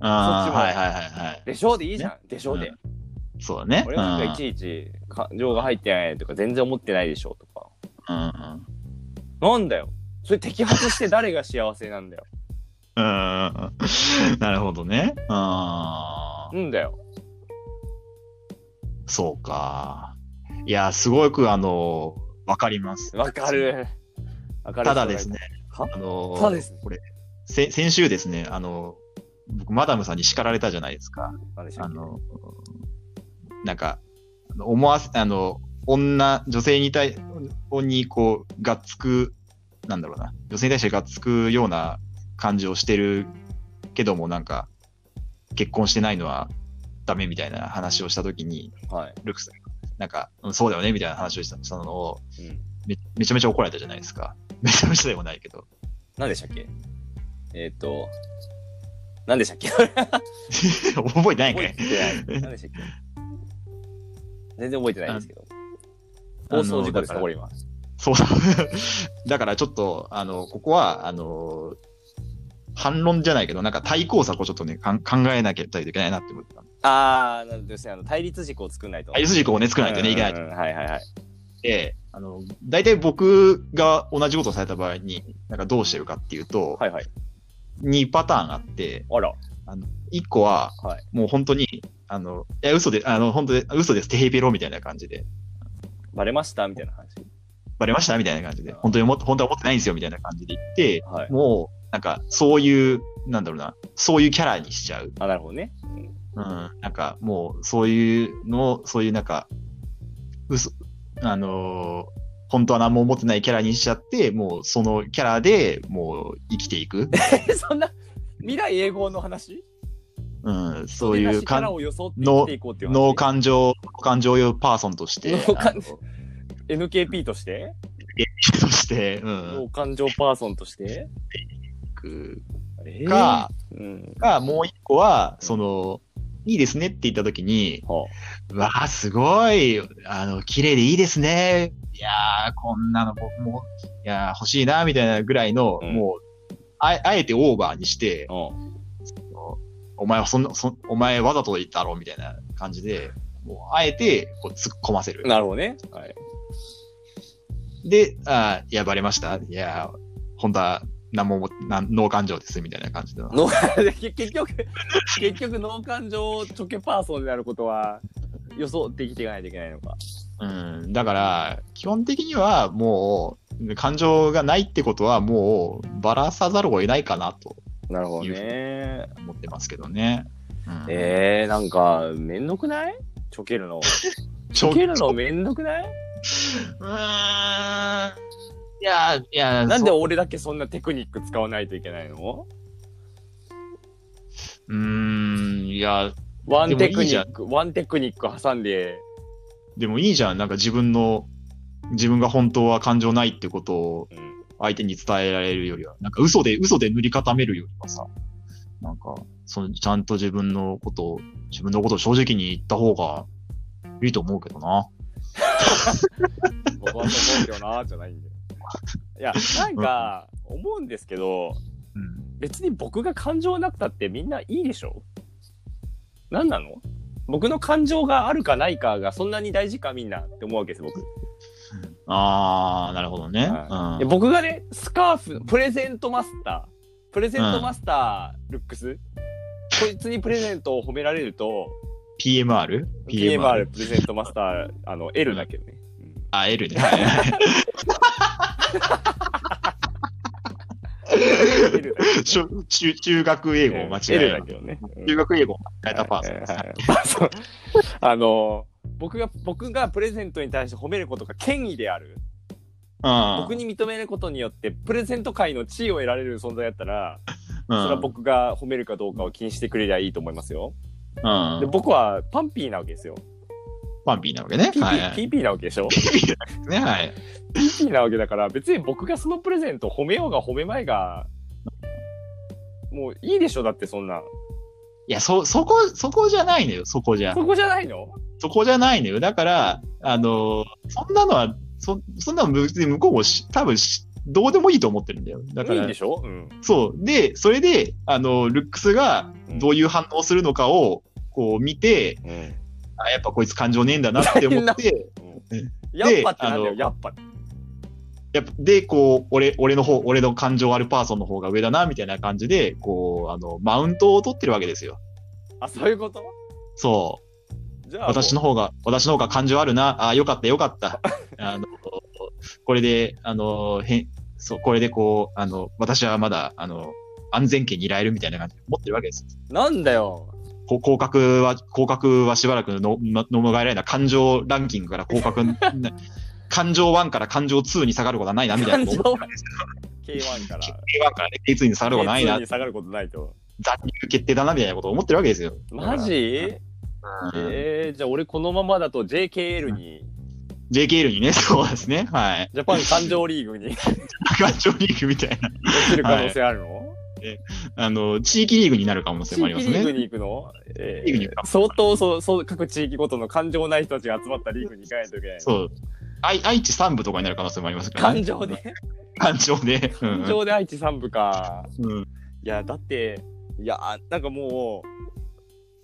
Speaker 2: あ
Speaker 1: そっち
Speaker 2: ー
Speaker 1: も
Speaker 2: はいはいはいはい。
Speaker 1: でしょうでいいじゃん。でしょうで。
Speaker 2: そうだね。
Speaker 1: 俺なんかいちいち感情が入ってないとか、全然思ってないでしょとか。
Speaker 2: うんうん
Speaker 1: なんだよ。それ摘発して誰が幸せなんだよ。
Speaker 2: うんうんなるほどね。あー
Speaker 1: うんだよ。
Speaker 2: そうか。いや、すごく、あの、わかります。
Speaker 1: わか。る。わかる。
Speaker 2: ただですね。
Speaker 1: は
Speaker 2: あの、
Speaker 1: ただですね
Speaker 2: これ、せ先週ですね、あの、僕、マダムさんに叱られたじゃないですか。
Speaker 1: なんでしょ
Speaker 2: あ
Speaker 1: う。
Speaker 2: の、なんか、あの思わせ、あの、女、女性に対、にこう、がっつく、なんだろうな、女性に対してがっつくような感じをしてるけども、なんか、結婚してないのはダメみたいな話をしたときに、
Speaker 1: はい。
Speaker 2: ルックス、なんか、うんそうだよねみたいな話をしたしたのを
Speaker 1: うん
Speaker 2: め、めちゃめちゃ怒られたじゃないですか。めちゃめちゃでもないけど。
Speaker 1: 何でしたっけえっ、と、何でしたっけ
Speaker 2: 覚えてないん
Speaker 1: 覚
Speaker 2: か
Speaker 1: え
Speaker 2: い。
Speaker 1: てない。何でしたっけ全然覚えてないんですけど。
Speaker 2: あの
Speaker 1: 放送事故です
Speaker 2: だから
Speaker 1: か、これ今。
Speaker 2: そうだ。 だからちょっと、あの、ここは、あの、反論じゃないけど、なんか対抗策をちょっとね、かん考えなきゃいけないなって思った。
Speaker 1: あー、なるほどですね。あの、対立軸を作んないと。
Speaker 2: あ、ゆすじをね、作らないとね、いけない
Speaker 1: うん
Speaker 2: と
Speaker 1: うんうんはいはいはい。
Speaker 2: で、あの、大体僕が同じことをされた場合に、なんかどうしてるかっていうと、
Speaker 1: はいはい。
Speaker 2: 2パターンあって、
Speaker 1: あら。
Speaker 2: 1個は
Speaker 1: はい、
Speaker 2: もう本当に、あの、いや、嘘で、あの、本当で、嘘です、てへぺろみたいな感じで、
Speaker 1: バレましたみたいな話。
Speaker 2: バレましたみたいな感じで、本当に思って、本当は思ってないんですよみたいな感じで言って、
Speaker 1: はい。
Speaker 2: もう、なんか、そういう、なんだろうな、そういうキャラにしちゃう。
Speaker 1: あ、なるほど ね。
Speaker 2: うん、なんかもうそういうのをそういうなんか嘘あのー本当は何も思ってないキャラにしちゃってもうそのキャラでもう生きていく、
Speaker 1: そんな、未来永劫の話
Speaker 2: うん、そういう
Speaker 1: か
Speaker 2: か
Speaker 1: ら
Speaker 2: ん
Speaker 1: を装って生きていこうっていう話。
Speaker 2: 脳感情感情用パーソンとして
Speaker 1: 脳感
Speaker 2: あの
Speaker 1: NKP として
Speaker 2: として、うん、
Speaker 1: 脳感情パーソンとしてえー
Speaker 2: か、
Speaker 1: うん。
Speaker 2: がもう一個はそのいいですねって言った時に
Speaker 1: は
Speaker 2: わあ、すごい。あの、綺麗でいいですね。いやー、こんなの僕も、いやー欲しいな、みたいなぐらいの、
Speaker 1: うん
Speaker 2: もうあ、あえてオーバーにして、
Speaker 1: あ。うん。
Speaker 2: お前はそんな、そんお前わざと言ったろ、みたいな感じで、もう、あえて、こう、突っ込ませる。
Speaker 1: なるほどね。はい。
Speaker 2: で、あーいや、バレました。いやー、本当は、なんも思っ、なん、脳感情です、みたいな感じの。
Speaker 1: 脳結局、結局、脳感情チョケパーソンであることは、予想できていかないといけないのか。
Speaker 2: うん、だから、基本的には、もう、感情がないってことは、もう、ばらさざるを得ないかな、と。
Speaker 1: なるほ
Speaker 2: ど
Speaker 1: ね。
Speaker 2: 思ってますけどね。うん
Speaker 1: えー、なんか、めんどくないチョケるの。チ
Speaker 2: ちょ
Speaker 1: ョケるのめんどくないう
Speaker 2: ーんいや、いや、
Speaker 1: なんで
Speaker 2: そ
Speaker 1: 俺だけそんなテクニック使わないといけないの
Speaker 2: うーん、いや、
Speaker 1: ワンテクニ
Speaker 2: でもいいじゃ
Speaker 1: ック、ワンテクニック挟んで、
Speaker 2: でもいいじゃん。なんか自分の、自分が本当は感情ないってことを
Speaker 1: うん
Speaker 2: 相手に伝えられるよりは、なんか嘘で、嘘で塗り固めるよりはさ、なんか、そのちゃんと自分のことを、自分のことを正直に言った方がいいと思うけどな。
Speaker 1: 僕はそう思うけどな、じゃないんで。いや、なんか、思うんですけど、
Speaker 2: うん
Speaker 1: 別に僕が感情なくたってみんないいでしょ何なの僕の感情があるかないかがそんなに大事かみんなって思うわけです僕、
Speaker 2: ああ、なるほどね。
Speaker 1: は
Speaker 2: うん
Speaker 1: いや僕がねスカーフプレゼントマスタープレゼントマスタールックス、こいつにプレゼントを褒められると
Speaker 2: PMR?
Speaker 1: PMR プレゼントマスターあの L だけどね、
Speaker 2: あ、L ね。はいはいは
Speaker 1: うん L だ
Speaker 2: いしょ中中学英語を間違
Speaker 1: けどね
Speaker 2: え
Speaker 1: L だ
Speaker 2: た。
Speaker 1: けどね、うん
Speaker 2: 中学英語を間違えたパーソン
Speaker 1: はい
Speaker 2: で
Speaker 1: はい。
Speaker 2: す
Speaker 1: はいパーソン あの僕が僕がプレゼントに対して褒めることが権威である僕
Speaker 2: に、
Speaker 1: に認めることによってプレゼント界の地位を得られる存在だったら、
Speaker 2: うん、
Speaker 1: それは僕が褒めるかどうかを気にしてくれりゃいいと思いますよ。
Speaker 2: うん
Speaker 1: で僕はパンピーなわけですよ。
Speaker 2: パンピーなわけね。
Speaker 1: PP、
Speaker 2: はいはい。
Speaker 1: PP なわけでしょ
Speaker 2: ね、はい。
Speaker 1: ?PP なわけだから別に僕がそのプレゼントを褒めようが褒めまいがもういいでしょだってそんな。
Speaker 2: いや、そ、そこ、そこじゃないのよ、そこじゃ。
Speaker 1: そこじゃないの
Speaker 2: そこじゃないのよ。だから、あの、そんなのは、そ、そんなの別に向こうもし、多分し、どうでもいいと思ってるんだよ。だか
Speaker 1: いい
Speaker 2: ら
Speaker 1: で、しょうん。
Speaker 2: そう。で、それで、あの、ルックスがどういう反応するのかを、こう見て、
Speaker 1: うん
Speaker 2: あ、やっぱこいつ感情ねえんだなって思って、
Speaker 1: やっぱってなんだ
Speaker 2: あ
Speaker 1: よ、
Speaker 2: の
Speaker 1: やっぱって。
Speaker 2: やっぱ、で、こう、俺、俺の方、俺の感情あるパーソンの方が上だな、みたいな感じで、こう、あの、マウントを取ってるわけですよ。
Speaker 1: あ、そういうこと
Speaker 2: そう。
Speaker 1: じゃあ、
Speaker 2: 私の方が、私の方が感情あるな。あーよかった、よ かった。あの、これで、あの、へん、そう、これでこう、あの、私はまだ、あの、安全圏にいられるみたいな感じで思ってるわけです。
Speaker 1: なんだよ。
Speaker 2: こ降格は、降格はしばらくの、の、のもがえられない感情ランキングから降 格、な感情1から感情2に下がることはないな、みたい
Speaker 1: 感
Speaker 2: な。
Speaker 1: 情
Speaker 2: 1
Speaker 1: K1 から。
Speaker 2: からね、K2 に下がることはない
Speaker 1: K2
Speaker 2: な
Speaker 1: に、下がることないと。
Speaker 2: 残留決定だな、みたいなことを思ってるわけですよ。
Speaker 1: マジ
Speaker 2: うん
Speaker 1: えー、じゃあ俺このままだと JKL に、
Speaker 2: ?JKL にね、 そうですね。はい。
Speaker 1: ジャパン感情リーグに 落
Speaker 2: 感情リーグみたいな。
Speaker 1: ちる可能性あるの、
Speaker 2: あの、地域リーグになる可能
Speaker 1: 地
Speaker 2: 性もありま
Speaker 1: 域
Speaker 2: す
Speaker 1: リーグ
Speaker 2: ね。
Speaker 1: に行くの、え
Speaker 2: リーグに行くか
Speaker 1: 相当そうそう各地域ごとの感情ない人たちが集まったリーグに行かないといけない。
Speaker 2: そう。愛愛知3部とかになる可能性もありますから、
Speaker 1: 感情。で、
Speaker 2: 感情で。うん
Speaker 1: 感情で愛知3部か。
Speaker 2: うん
Speaker 1: いや、だって、いや、なんかも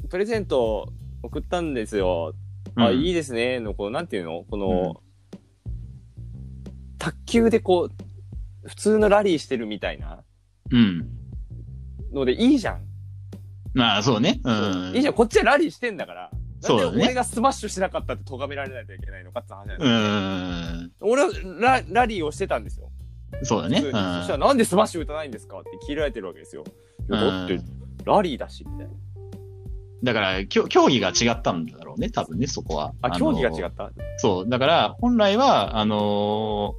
Speaker 1: う、プレゼント送ったんですよ。あ、
Speaker 2: うん
Speaker 1: いいですね。の、この、なんていうのこの、卓球でこう、普通のラリーしてるみたいな
Speaker 2: うん。
Speaker 1: のでいいじゃん。
Speaker 2: まあ、そうね。う
Speaker 1: そ
Speaker 2: ん。
Speaker 1: ういいじゃん、こっちはラリーしてんだから。なん
Speaker 2: そう
Speaker 1: で
Speaker 2: だね
Speaker 1: 俺がスマッシュしなかったって咎められないといけないのかって話なんだ
Speaker 2: う
Speaker 1: よ
Speaker 2: ん。
Speaker 1: 俺はララリーをしてたんですよ。
Speaker 2: そうだね。
Speaker 1: 普通
Speaker 2: う
Speaker 1: にそしたら
Speaker 2: ん。
Speaker 1: なんでスマッシュ打たないんですかって聞いられてるわけですよ。いやだっ
Speaker 2: う
Speaker 1: て
Speaker 2: ん
Speaker 1: ラリーだしみたいな。
Speaker 2: だから、きょ競技が違ったんだろうね、多分ね、そこは。
Speaker 1: あ、競技が違
Speaker 2: う。
Speaker 1: った
Speaker 2: そう。だから、本来は、あの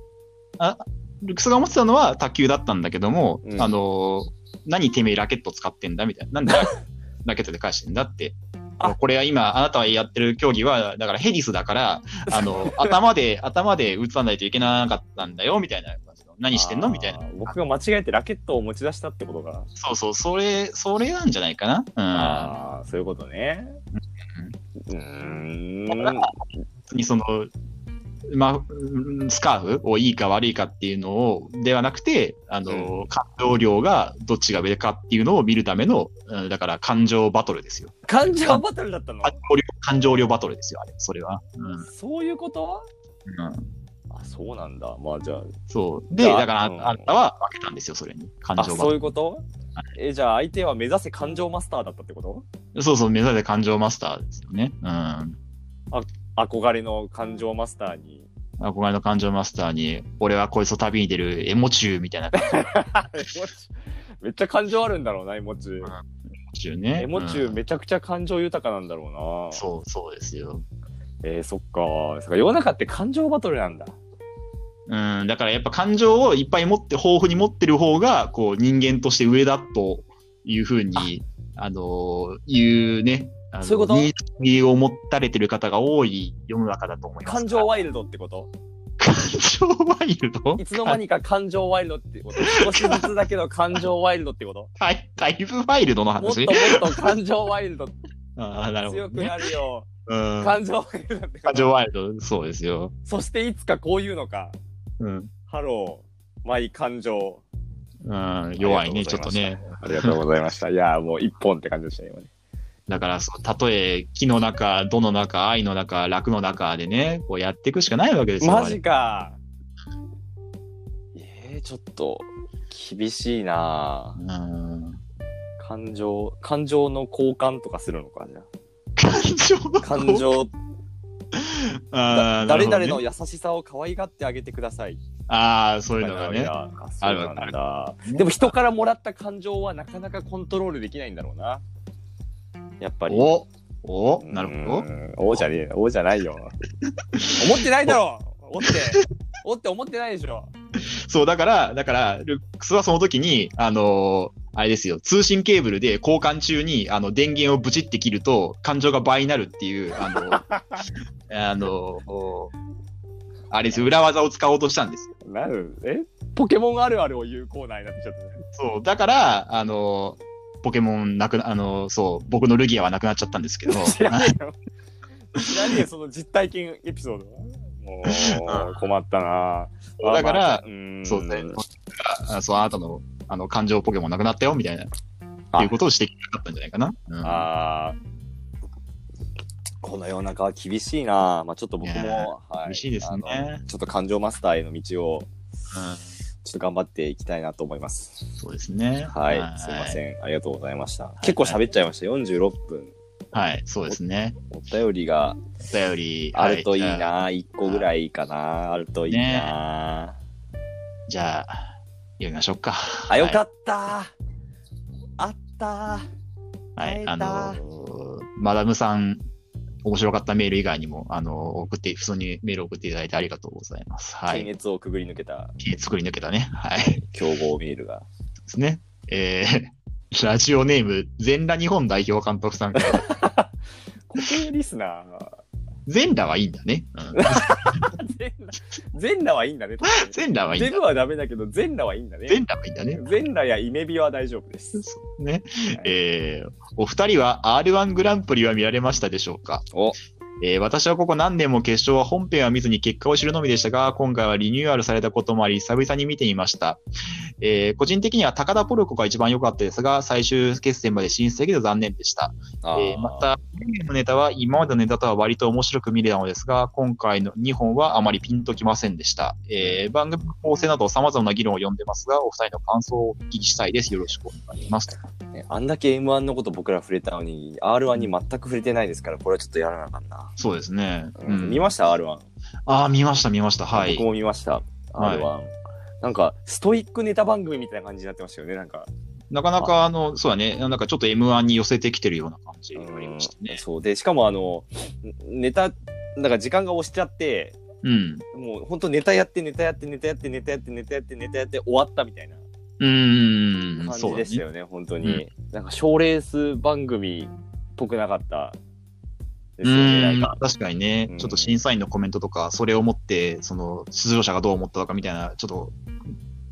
Speaker 2: ーあ、ルクスが思ってたのは卓球だったんだけども、
Speaker 1: うん
Speaker 2: あのー何てめえラケット使ってんだみたいな。なん でララケットで返してんだって。
Speaker 1: あ
Speaker 2: これは今、あなたはやってる競技は、だからヘディスだから、あの、頭で、頭で打たないといけなかったんだよ、みたいな感じの。何してんのみたいな。
Speaker 1: な。僕が間違えてラケットを持ち出したってことが。
Speaker 2: そうそう、それ、それなんじゃないかな。うん。
Speaker 1: ああ、そういうことね。うーん。
Speaker 2: にその、まあうん、スカーフをいいか悪いかっていうのを、ではなくて、あの、感情量がどっちが上かっていうのを見るための、うんだから感情バトルですよ。
Speaker 1: 感情バトルだったの
Speaker 2: 感情量、感情量バトルですよ、あれ、それは。うん。うん
Speaker 1: そういうことあ、そうなんだ。まあじゃあ、
Speaker 2: そう。で、
Speaker 1: じゃあ
Speaker 2: だから、あ
Speaker 1: うん
Speaker 2: あなたは負けたんですよ、それに。感
Speaker 1: あ、
Speaker 2: 情バ
Speaker 1: そう
Speaker 2: ト
Speaker 1: いうことえ、じゃあ相手は目指せ感情マスターだったってこと
Speaker 2: ル。そうそう、目指せ感情マスターですよね。うん。
Speaker 1: 憧れの感情マスター に。
Speaker 2: 憧れの感情マスターに、俺はこいつと旅に出るエモ中みたいな感
Speaker 1: めっちゃ感情あるんだろうな、エモ中。
Speaker 2: じ中 ね。
Speaker 1: エモ中
Speaker 2: うん
Speaker 1: めちゃくちゃ感情豊かなんだろうな。
Speaker 2: そう、そうですよ。
Speaker 1: えー、そっか。そっか世の中って感情バトルなんだ。
Speaker 2: うん、だからやっぱ感情をいっぱい持って、豊富に持ってる方が、こう、人間として上だというふうに、あのー、いうね、あの
Speaker 1: そういうこと
Speaker 2: 認識を持たれてる方が多い世の中だと思います。
Speaker 1: 感情ワイルドってこと
Speaker 2: 感情ワイルド
Speaker 1: いつの間にか感情ワイルドってこと少しずつだけど感情ワイルドって こと
Speaker 2: だいだいぶワイルドの
Speaker 1: もっと
Speaker 2: 話。
Speaker 1: もっと感情ワイルド
Speaker 2: ああ、なるほど、
Speaker 1: 強く
Speaker 2: ね。
Speaker 1: なるよ。
Speaker 2: うん。
Speaker 1: 感情が緩んで
Speaker 2: 感情ワイルド、そうですよ。
Speaker 1: そしていつかこういうのか。
Speaker 2: うん。
Speaker 1: ハロー、マイ感情。
Speaker 2: うん、弱い
Speaker 1: あ
Speaker 2: ね、
Speaker 1: り
Speaker 2: ちょ
Speaker 1: がとう
Speaker 2: っと
Speaker 1: ござい
Speaker 2: ね。
Speaker 1: ありがとうございました。いやー、もう一本って感じでしたね、 今ね。
Speaker 2: だから、そうたとえ、木の中、土の中、愛の中、楽の中でね、こうやっていくしかないわけですよ。
Speaker 1: マジか。えー、ちょっと、厳しいな
Speaker 2: 我々うん。
Speaker 1: ぁ感情、感情の交換とかするのか、じゃ
Speaker 2: 感情
Speaker 1: あ感情、
Speaker 2: あーな
Speaker 1: 誰
Speaker 2: るほど
Speaker 1: 々の
Speaker 2: ね
Speaker 1: 優しさを可愛がってあげてください。
Speaker 2: ああ、そういうのがね。
Speaker 1: あそ
Speaker 2: あ
Speaker 1: う
Speaker 2: る
Speaker 1: なん
Speaker 2: ある
Speaker 1: だ。でも人からもらった感情はなかなかコントロールできないんだろうな。やっぱり。
Speaker 2: おおなるほど。
Speaker 1: ど。おじゃねえよ。おじゃないよ。 思ってないだろおって。おって思ってないでしょ。
Speaker 2: そう、だから、だから、ルックスはその時に、あのーあれですよ、通信ケーブルで交換中に、あの、電源をブチって切ると、感情が倍になるっていう、あの ー、あのーあれですよ、裏技を使おうとしたんですよ。
Speaker 1: なるえポケモンあるあるを言うコーナーになってちゃったね。
Speaker 2: そう、だから、あのーポケモンなくな、あのーそう、僕のルギアはなくなっちゃったんですけ ど、
Speaker 1: 知らねえよ。知らねえよ、その実体験エピソード。もう、困ったな
Speaker 2: そうだから、
Speaker 1: うーん
Speaker 2: そうね、あそう、あなたの、あの、感情ポケモンなくなったよ、みたいな、っていうことをしてきたかったんじゃないかな。うん
Speaker 1: あーこの世の中は厳しいなまあちょっと僕
Speaker 2: いや
Speaker 1: も、は
Speaker 2: 厳しいですね
Speaker 1: あのちょっと感情マスターへの道を、
Speaker 2: うん
Speaker 1: ちょっと頑張っていきたいなと思います。
Speaker 2: そうですね。
Speaker 1: はい、すいま
Speaker 2: ん。
Speaker 1: せん。ありがとうございました。結構喋っちゃいました。46分。
Speaker 2: はい、そうですね。
Speaker 1: お便りが
Speaker 2: お便り。
Speaker 1: あるといい
Speaker 2: はじゃあ
Speaker 1: な、一1個ぐらいかな、あるといいな。
Speaker 2: じゃあ、読みましょうか。
Speaker 1: あ、よか
Speaker 2: っ
Speaker 1: った、あった
Speaker 2: たはい、
Speaker 1: 会えた
Speaker 2: あのー、マダムさん、面白かったメール以外にも、あのー、送って、普通にメール送っていただいてありがとうございます。は
Speaker 1: 検
Speaker 2: い。
Speaker 1: 閲をくぐり抜けた
Speaker 2: 作り抜けたね。はい。
Speaker 1: 競合メールが。
Speaker 2: ですね。えー、 ラジオネーム、全裸日本代表監督さんから、
Speaker 1: 固定リスナー。
Speaker 2: 全裸はいいんだね。うん
Speaker 1: 全裸全裸はいいんだね。
Speaker 2: 全裸はいいん
Speaker 1: デブ
Speaker 2: だ。
Speaker 1: はダメだけど、全裸はいいんだね。
Speaker 2: 全裸はいいんだね。
Speaker 1: 全裸やイメビは大丈夫です。
Speaker 2: そうね。えーお二人は R1 グランプリは見られましたでしょうか
Speaker 1: お
Speaker 2: えー私はここ何年も決勝は本編は見ずに結果を知るのみでしたが、今回はリニューアルされたこともあり、久々に見ていました。えー個人的には高田ポルコが一番良かったですが、最終決戦まで進出できず残念でした。
Speaker 1: あー
Speaker 2: えーまた、のネタは今までのネタとは割と面白く見れたのですが、今回の2本はあまりピンときませんでした。えー番組の構成など様々な議論を読んでますが、お二人の感想をお聞きしたいです。よろしくお願いします。
Speaker 1: ねあんだけ M1 のこと僕ら触れたのに、R1 に全く触れてないですから、これはちょっとやらなあかんな。
Speaker 2: そうですね。う
Speaker 1: 見
Speaker 2: ん、
Speaker 1: ました ?R1。
Speaker 2: ああ、見ました、見ました。はい
Speaker 1: 僕。も見ました。
Speaker 2: はい
Speaker 1: R1。なんか、ストイックネタ番組みたいな感じになってましたよね、なんか。
Speaker 2: なかなか、あの、そうだね、なんかちょっと M1 に寄せてきてるような感じがありました
Speaker 1: うん
Speaker 2: ね。
Speaker 1: そうでしかもあのネタなんか時間が押しちゃって
Speaker 2: うん。
Speaker 1: もう本当ネタやってネタやってネタやってネタやってネタやってネタやって終わったみたいな
Speaker 2: うーん、
Speaker 1: 感
Speaker 2: そ
Speaker 1: じ
Speaker 2: う
Speaker 1: で
Speaker 2: で
Speaker 1: し
Speaker 2: す
Speaker 1: た
Speaker 2: ね。
Speaker 1: よね本当に、なんか賞ーレース番組っぽくなかったで
Speaker 2: う
Speaker 1: すよねな
Speaker 2: ー
Speaker 1: ん
Speaker 2: ん
Speaker 1: か
Speaker 2: 確かにね、
Speaker 1: うん
Speaker 2: ちょっと審査員のコメントとか、それをもって、その出場者がどう思ったのかみたいな、ちょっと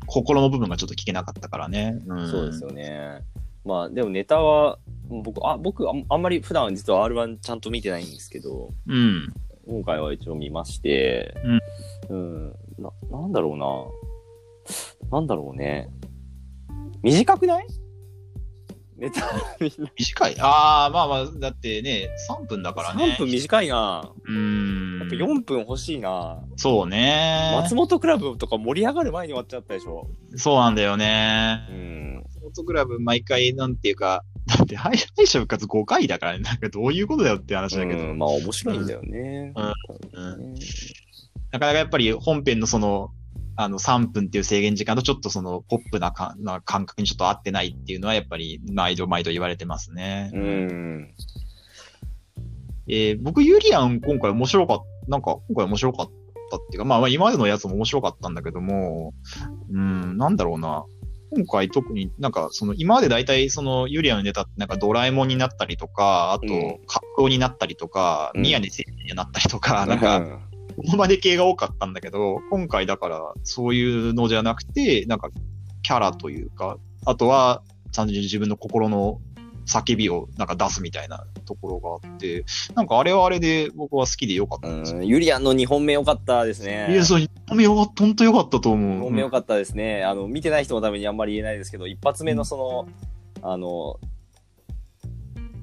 Speaker 2: 心の部分がちょっと聞けなかったからね。うん、
Speaker 1: そうですよねまあでもネタは僕あ僕あんあんまり普段実は r 1ちゃんと見てないんですけど
Speaker 2: うん。
Speaker 1: 今回は一応見まして、うん、ななんだろうな、なんだろうね、短くないネタ、みんな
Speaker 2: 短い。ああ、まあまあ、だってね、3分だからね。
Speaker 1: 3分短いな、
Speaker 2: うーん。
Speaker 1: やっぱ4分欲しいな、
Speaker 2: そうね。
Speaker 1: 松本クラブとか盛り上がる前に終わっちゃったでしょ。
Speaker 2: そうなんだよね
Speaker 1: う。ん、
Speaker 2: スポーツクラブ毎回なんていうか、だって敗敗者復活5回だからね、なんかどういうことだよって話だけど、
Speaker 1: うんまあ面白いんだよね。
Speaker 2: うん
Speaker 1: うん
Speaker 2: なかなかやっぱり本編のその、あの3分っていう制限時間とちょっとそのポップなかな感覚にちょっと合ってないっていうのはやっぱり毎度毎度言われてますね。
Speaker 1: うん、
Speaker 2: えー僕ユリアン今回面白かった、なんか今回面白かったっていうか、まあまあ今までのやつも面白かったんだけども、うん、なんだろうな。今回特になんかその今まで大体そのユリアンのネタってなんかドラえもんになったりとか、あと
Speaker 1: うん
Speaker 2: 格好になったりとか、
Speaker 1: うん
Speaker 2: 宮根誠司になったりとか、なんかモノマネ系が多かったんだけど、今回だからそういうのじゃなくて、なんかキャラというか、あとは単純に自分の心の叫びをなんか出すみたいなところがあって、なんかあれはあれで僕は好きでよかった
Speaker 1: うん
Speaker 2: ですよ。
Speaker 1: ん、ユリアンの2本目良かったですね。
Speaker 2: いや、そう、一本目よかった、本当よかったと
Speaker 1: 2
Speaker 2: 思う。
Speaker 1: 本目良かったですね。あの、見てない人のためにあんまり言えないですけど、一発目のその、あの、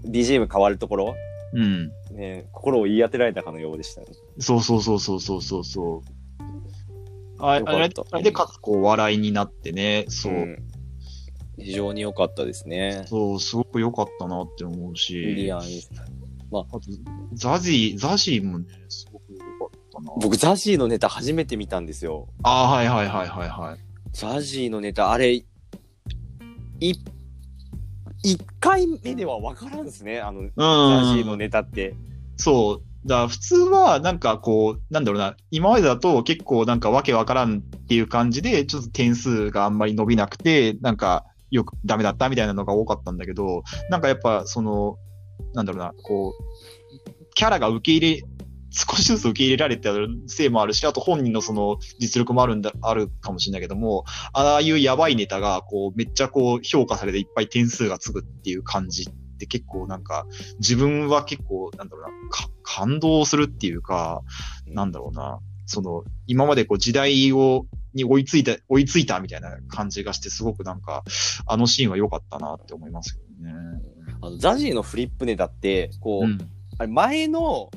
Speaker 1: BGM 変わるところ、
Speaker 2: うん。
Speaker 1: ね、心を言い当てられたかのようでした、ね。
Speaker 2: そうそうそうそうそうそうそう。あ
Speaker 1: よ
Speaker 2: あ
Speaker 1: かっ
Speaker 2: れ
Speaker 1: た
Speaker 2: あれで、かつ、こう、笑いになってね、そう。
Speaker 1: ん非常に良かったですね。
Speaker 2: そう、すごく良かったなって思うし。
Speaker 1: ユリアン、
Speaker 2: あと、ザジー、ザジーもね、すごく良かったな。
Speaker 1: 僕、ザジーのネタ初めて見たんですよ。
Speaker 2: ああ、はいはいはいはいはい。
Speaker 1: ザジーのネタ、あれ、い、一回目では分からんですね、あの、
Speaker 2: うん。
Speaker 1: ザジーのネタって。
Speaker 2: そう。だから普通は、なんかこう、なんだろうな、今までだと結構なんかわけわからんっていう感じで、ちょっと点数があんまり伸びなくて、なんかよくダメだったみたいなのが多かったんだけど、なんかやっぱその、なんだろうな、こう、キャラが受け入れ、少しずつ受け入れられてるせいもあるし、あと本人のその実力もあるんだ、あるかもしれないけども、ああいうやばいネタが、こう、めっちゃこう、評価されていっぱい点数がつくっていう感じって結構なんか、自分は結構、なんだろうな、か感動するっていうか、なんだろうな、その、今までこう時代を、に追いついた、追いついたみたいな感じがして、すごくなんか、あのシーンは良かったなって思いますけどね。
Speaker 1: あのザジーのフリップネタって、こう、
Speaker 2: うん。
Speaker 1: あれ前の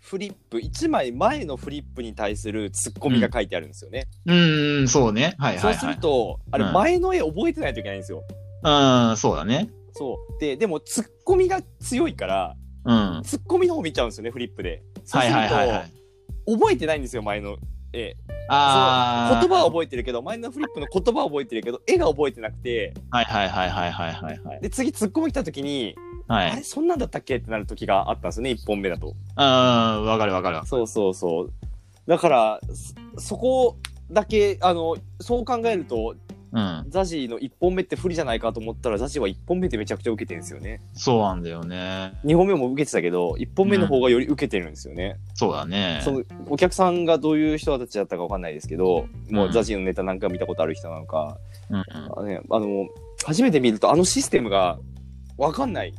Speaker 1: フリップ、1枚前のフリップに対するツッコミが書いてあるんですよね。
Speaker 2: うんうん、そうね。はいはい
Speaker 1: そう
Speaker 2: は
Speaker 1: す
Speaker 2: い
Speaker 1: る。と、あれ
Speaker 2: うん
Speaker 1: 前の絵覚えてないといけないんですよ。
Speaker 2: うん、そうだね。
Speaker 1: そう。で、でもツッコミが強いから、
Speaker 2: うん。
Speaker 1: ツッコミの方見ちゃうんですよね、フリップで。そう
Speaker 2: は
Speaker 1: す
Speaker 2: い
Speaker 1: ると、
Speaker 2: はいはいはい。
Speaker 1: 覚えてないんですよ、前の絵。
Speaker 2: ああ。
Speaker 1: 言葉は覚えてるけど、前のフリップの言葉は覚えてるけど、絵が覚えてなくて、
Speaker 2: はいはいはいはいはいはいはい。
Speaker 1: で、次ツッコミ来た時に、
Speaker 2: は
Speaker 1: あ
Speaker 2: い
Speaker 1: れ、。そんなんだったっけってなる時があったんですよね、1本目だと。
Speaker 2: うん、わかるわかる。
Speaker 1: そうそうそう。だから、そそこだけ、あの、そう考えると、
Speaker 2: うん。
Speaker 1: ザジーの1本目って不利じゃないかと思ったら、ザジーは1本目でめちゃくちゃ受けてるんですよね。
Speaker 2: そうなんだよね。
Speaker 1: 2本目も受けてたけど、1本目の方がより受けてるんですよね。
Speaker 2: そうだね。
Speaker 1: そのお客さんがどういう人たちだったかわかんないですけど、も
Speaker 2: うん
Speaker 1: うザジーのネタなんか見たことある人なのか、
Speaker 2: うんうん、
Speaker 1: あね、あの、初めて見るとあのシステムがわかんない。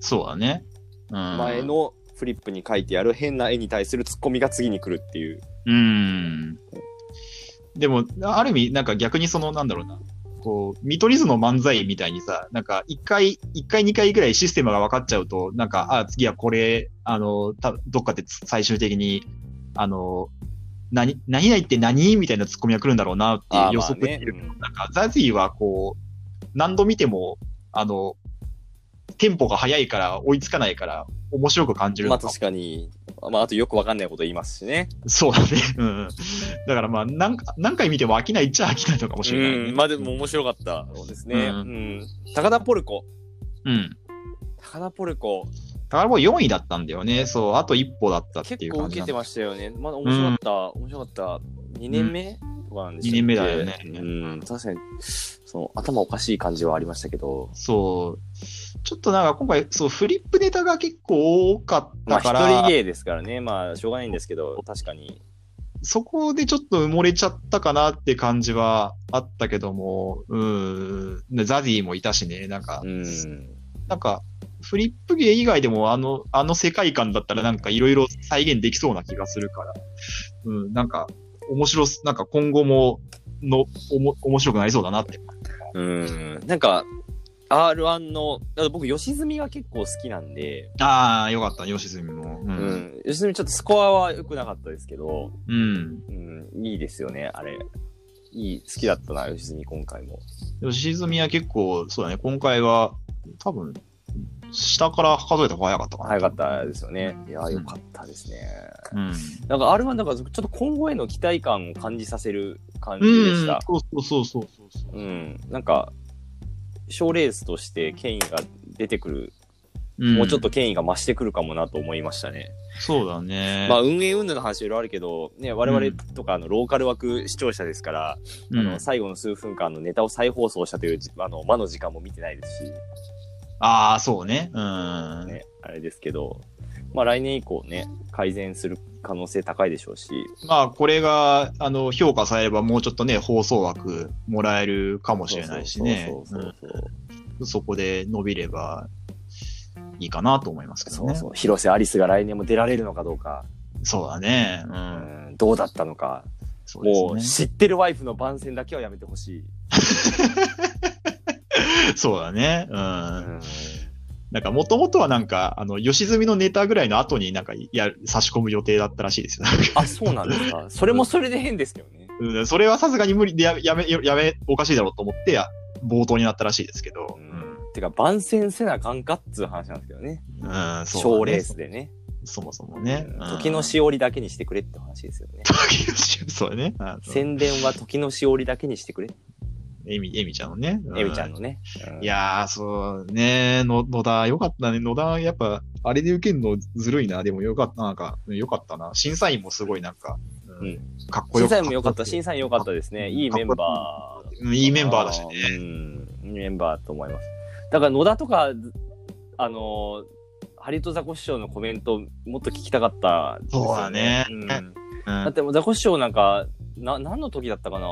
Speaker 2: そうだね。うん。
Speaker 1: 前。のフリップに書いてある変な絵に対するツッコミが次に来るっていう。
Speaker 2: うん。でも、ある意味、なんか逆にその、なんだろうな。こう、見取り図の漫才みたいにさ、なんか一回、一回二回ぐらいシステムが分かっちゃうと、なんか、あ、次はこれ、あの、たどっかでつ最終的に、あの、何、何々って何みたいなツッコミが来るんだろうなっていう予測できる。
Speaker 1: うん
Speaker 2: なんか、ザジーはこう、何度見ても、あの、テンポが速いから、追いつかないから、面白く感じる
Speaker 1: ま
Speaker 2: の
Speaker 1: あ
Speaker 2: かも
Speaker 1: 確かに、まああとよくわかんないこと言いますしね。
Speaker 2: そうだね。うん。だからまあ、なんか何回見ても飽きないっちゃ飽きないのかもしれない、ね。
Speaker 1: うん、まあでも面白かったそうですね。
Speaker 2: う
Speaker 1: うんん。高田ポルコ。
Speaker 2: うん。
Speaker 1: 高田ポルコ、
Speaker 2: だからもう4位だったんだよね。そう、あと一歩だったってい
Speaker 1: 結
Speaker 2: う
Speaker 1: 構
Speaker 2: 感
Speaker 1: 受け
Speaker 2: じなん
Speaker 1: て
Speaker 2: だ。
Speaker 1: ましたよね。まだ面白かった、面白かった。2年目、とかなんでしたっけ
Speaker 2: 二年目だよね
Speaker 1: うん、確かに、その頭おかしい感じはありましたけど。
Speaker 2: そう。ちょっとなんか今回、そう、フリップネタが結構多かっ
Speaker 1: まあ
Speaker 2: た
Speaker 1: 一
Speaker 2: から、
Speaker 1: 人芸ですからね、まあしょうがないんですけど、確かに。
Speaker 2: そこでちょっと埋もれちゃったかなって感じはあったけども、うん。でザディもいたしね、なんか、
Speaker 1: うん。
Speaker 2: なんか、フリップ芸以外でもあの、あの世界観だったらなんかいろいろ再現できそうな気がするから、うん、なんか、面白す、なんか今後も、の、おも、面白くなりそうだなって。
Speaker 1: うん。なんか、R1 の、だから僕、吉住が結構好きなんで、
Speaker 2: ああ、よかった、吉住も。う。
Speaker 1: うんん。吉住ちょっとスコアは良くなかったですけど、
Speaker 2: うん。
Speaker 1: うん、いいですよね、あれ。いい、好きだったな、吉住、今回も。
Speaker 2: 吉住は結構、そうだね、今回は、多分、下から数えた方が早かったかな。
Speaker 1: 早かったですよね。いや
Speaker 2: う
Speaker 1: ー、
Speaker 2: ん
Speaker 1: 良かったですね。
Speaker 2: うん。
Speaker 1: なんか、R1 なんか、ちょっと今後への期待感を感じさせる感じ
Speaker 2: う
Speaker 1: で
Speaker 2: ん。
Speaker 1: した。
Speaker 2: そうそうそうそうそう。
Speaker 1: うん。なんか、賞レースとして権威が出てくる、
Speaker 2: うん
Speaker 1: もうちょっと。権威が増してくるかもなと思いましたね。
Speaker 2: そうだね。
Speaker 1: まあ、
Speaker 2: あ、
Speaker 1: 運営運動の話いろいろあるけど、ね、我々とかあのローカル枠視聴者ですから、
Speaker 2: う
Speaker 1: あ
Speaker 2: ん
Speaker 1: の、最後の数分間のネタを再放送したというじあの間の時間も見てないですし、
Speaker 2: ああ、そうね。うん。
Speaker 1: ね、あれですけど、まあ、来年以降ね改善する可能性高いでしょうし、
Speaker 2: まあ、これが、あの、評価されれば、もうちょっとね、放送枠もらえるかもしれないしね。
Speaker 1: そうそうそうそうそう
Speaker 2: そこで伸びればいいかなと思いますけど
Speaker 1: そう
Speaker 2: ね。
Speaker 1: そう。広瀬アリスが来年も出られるのかどうか、
Speaker 2: そうだね。う。
Speaker 1: うんん、どうだったのか、
Speaker 2: そうですね
Speaker 1: もう知ってるワイフの番宣だけはやめてほしい。
Speaker 2: そうだね。うん。
Speaker 1: うん
Speaker 2: なんか、もともとはなんか、あの、吉住のネタぐらいの後になんか、いや、差し込む予定だったらしいですよ。
Speaker 1: あ、そうなんです か。それもそれで変ですけどね。
Speaker 2: うんそれはさすがに無理でや、やめ、やめ、おかしいだろうと思って、や冒頭になったらしいですけど。
Speaker 1: うんてか、番宣せなあかんかっつう話なんですけどね。
Speaker 2: うん、そうだね
Speaker 1: 賞、レースでね。
Speaker 2: そもそもね。
Speaker 1: うん
Speaker 2: うん
Speaker 1: 時のしおりだけにしてくれって話ですよね。
Speaker 2: 時のしそうだね。あの
Speaker 1: 宣伝は時のしおりだけにしてくれ。
Speaker 2: エミ、エミちゃんのね。う
Speaker 1: エミちゃんのね。うん
Speaker 2: いやー、そうね、の野田、よかったね。野田、やっぱ、あれで受けるのずるいな。でもよかった、なんか、よかったな。審査員もすごいなんか、うん
Speaker 1: うん
Speaker 2: かっこよ
Speaker 1: 審査
Speaker 2: かった。
Speaker 1: 員も良かった、審査員良かったですね。いいメンバー。
Speaker 2: うんいいメンバーだしね。
Speaker 1: うん、いいメンバーと思います。だから野田とか、あの、ハリウッドザコシショウのコメント、もっと聞きたかったですよ、
Speaker 2: そうだね
Speaker 1: ん
Speaker 2: う
Speaker 1: だっ
Speaker 2: ん、
Speaker 1: てもうザコシショウなんか、な、何の時だったかな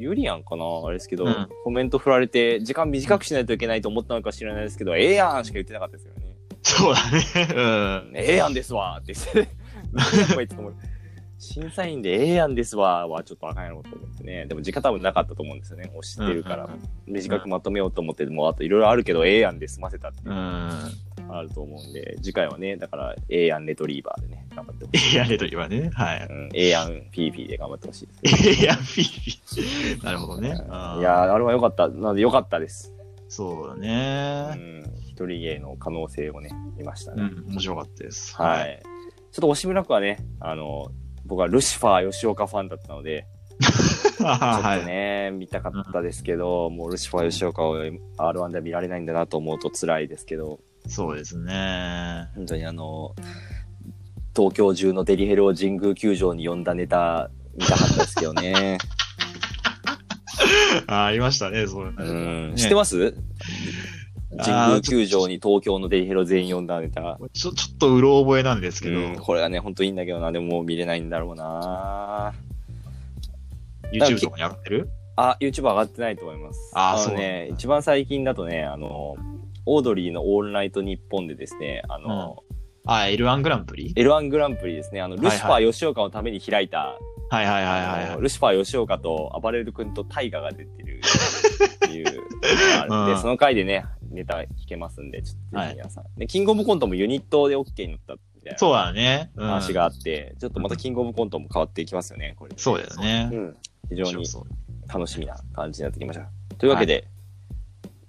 Speaker 1: ユリアンかなあれですけど、
Speaker 2: うん
Speaker 1: コメント振られて、時間短くしないといけないと思ったのか知らないですけど、ええやんしか言ってなかったですよね。
Speaker 2: そうだね。うん。
Speaker 1: ええやんですわって言って、何やこいつと思って審査員でええやんですわはちょっとあかんやろと思ってね。でも時間多分なかったと思うんですよね。押してるから
Speaker 2: うんうん。
Speaker 1: 短くまとめようと思って、もうあといろいろあるけど、ええやんで済ませたっていう
Speaker 2: う
Speaker 1: の
Speaker 2: ん。
Speaker 1: があると思うんで、次回はね、だから、ええやんレトリーバーでね、頑張ってほしい。
Speaker 2: エアレトリはね。はい。
Speaker 1: うん、ええやんフィーフィーで頑張ってほしいです。
Speaker 2: エアフィーフィー。なるほどね。う
Speaker 1: い
Speaker 2: ん
Speaker 1: やー、あれは良かった。なので良かったです。
Speaker 2: そうだ
Speaker 1: う
Speaker 2: ね。
Speaker 1: ん、一人芸の可能性をね、見ました
Speaker 2: う
Speaker 1: ね。
Speaker 2: ん、面白かったです。
Speaker 1: は。い。ちょっと惜しみなくはね、あの、僕はルシファー吉岡ファンだったので、ちょっ
Speaker 2: は
Speaker 1: と
Speaker 2: い。
Speaker 1: ね、見たかったですけど、もうルシファー吉岡を R1 で見られないんだなと思うと辛いですけど、
Speaker 2: そうですね。
Speaker 1: 本当にあの、東京中のデリヘルを神宮球場に呼んだネタ見たかったですけど ね。
Speaker 2: あありましたね、そういう
Speaker 1: う
Speaker 2: のね
Speaker 1: ん、知ってます神宮球場に東京のデリヘルを全員呼んだネタ。
Speaker 2: ちょちょっとうろ覚えなんですけど、
Speaker 1: うん、これはね、本当いいんだけどな、でももう見れないんだろうな。
Speaker 2: YouTube とかに上がってる
Speaker 1: あ、YouTube 上がってないと思います。
Speaker 2: あ
Speaker 1: の
Speaker 2: ー
Speaker 1: ね
Speaker 2: そうなんだ
Speaker 1: 一番最近だとね、あの、オードリーのオールナイトニッポンでですね、あの、
Speaker 2: あ、L1 グランプリ
Speaker 1: L1 グランプリですね、あの、ルシファー吉岡のために開いた、
Speaker 2: はいはいはいはい
Speaker 1: あ
Speaker 2: はい
Speaker 1: の。ルシファー吉岡と暴れる君とタイガが出てるっていうのがあるんで、
Speaker 2: うん
Speaker 1: その回でね、ネタ聞けますんで、ちょっとぜひ皆さん、で、キングオブコントもユニットで OK になったみたいな
Speaker 2: そうだね。うん
Speaker 1: 話があって、ちょっとまたキングオブコントも変わっていきますよね、これ。
Speaker 2: そうだよね
Speaker 1: う。ん。非常に
Speaker 2: そう
Speaker 1: 楽しみな感じになってきました。というわけで、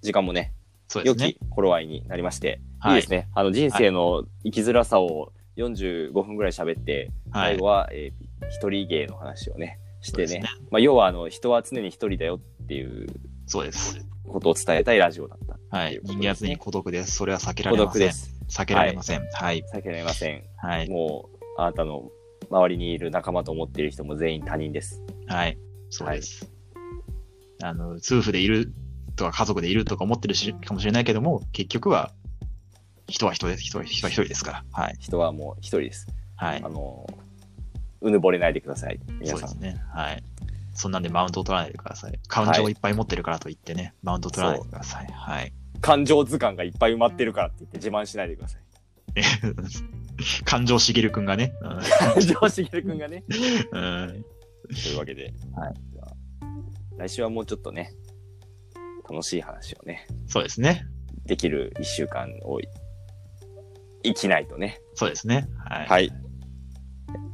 Speaker 1: 時間もね、
Speaker 2: そうで
Speaker 1: 良
Speaker 2: すね
Speaker 1: き。頃合いになりまして、
Speaker 2: はい
Speaker 1: いですね。あの人生の生きづらさを45分ぐらい喋って、
Speaker 2: は
Speaker 1: 最
Speaker 2: い
Speaker 1: 後。は、えー一人芸の話をね、して
Speaker 2: そう
Speaker 1: ね。
Speaker 2: です
Speaker 1: まあ、要はあの人は常に一人だよっていう
Speaker 2: そうです。
Speaker 1: ことを伝えたいラジオだった。
Speaker 2: はい。人間は常に孤独です。それは避けら
Speaker 1: 孤
Speaker 2: れま
Speaker 1: 独
Speaker 2: せん
Speaker 1: で。す。
Speaker 2: 避けられません。はい。
Speaker 1: 避けられません。
Speaker 2: はい。
Speaker 1: もう、あなたの周りにいる仲間と思っている人も全員他人です。
Speaker 2: はい。そうです。あの、夫婦でいるとか家族でいるとか思ってるしかもしれないけども、結局は、人は人です。人は人は一人ですから。はい。
Speaker 1: 人はもう一人です。
Speaker 2: はい
Speaker 1: あ。の、うぬぼれないでください。皆
Speaker 2: そうで
Speaker 1: さん
Speaker 2: す。ね。はい。そんなんでマウントを取らないでください。感情をいっぱい持ってるからといってね、マウントを取らないでください。はい。
Speaker 1: 感情図鑑がいっぱい埋まってるからって言って自慢しないでください。
Speaker 2: 感情しげるくんがね。
Speaker 1: 感情しげるくんがね。
Speaker 2: うんうん
Speaker 1: というわけで、
Speaker 2: はい
Speaker 1: じゃあ来週はもうちょっとね、楽しい話をね、
Speaker 2: そうですね。
Speaker 1: できる一週間を生きないとね。
Speaker 2: そうですね。はい。
Speaker 1: はい。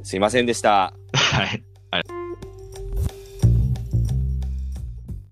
Speaker 1: すいませんでした。
Speaker 2: はい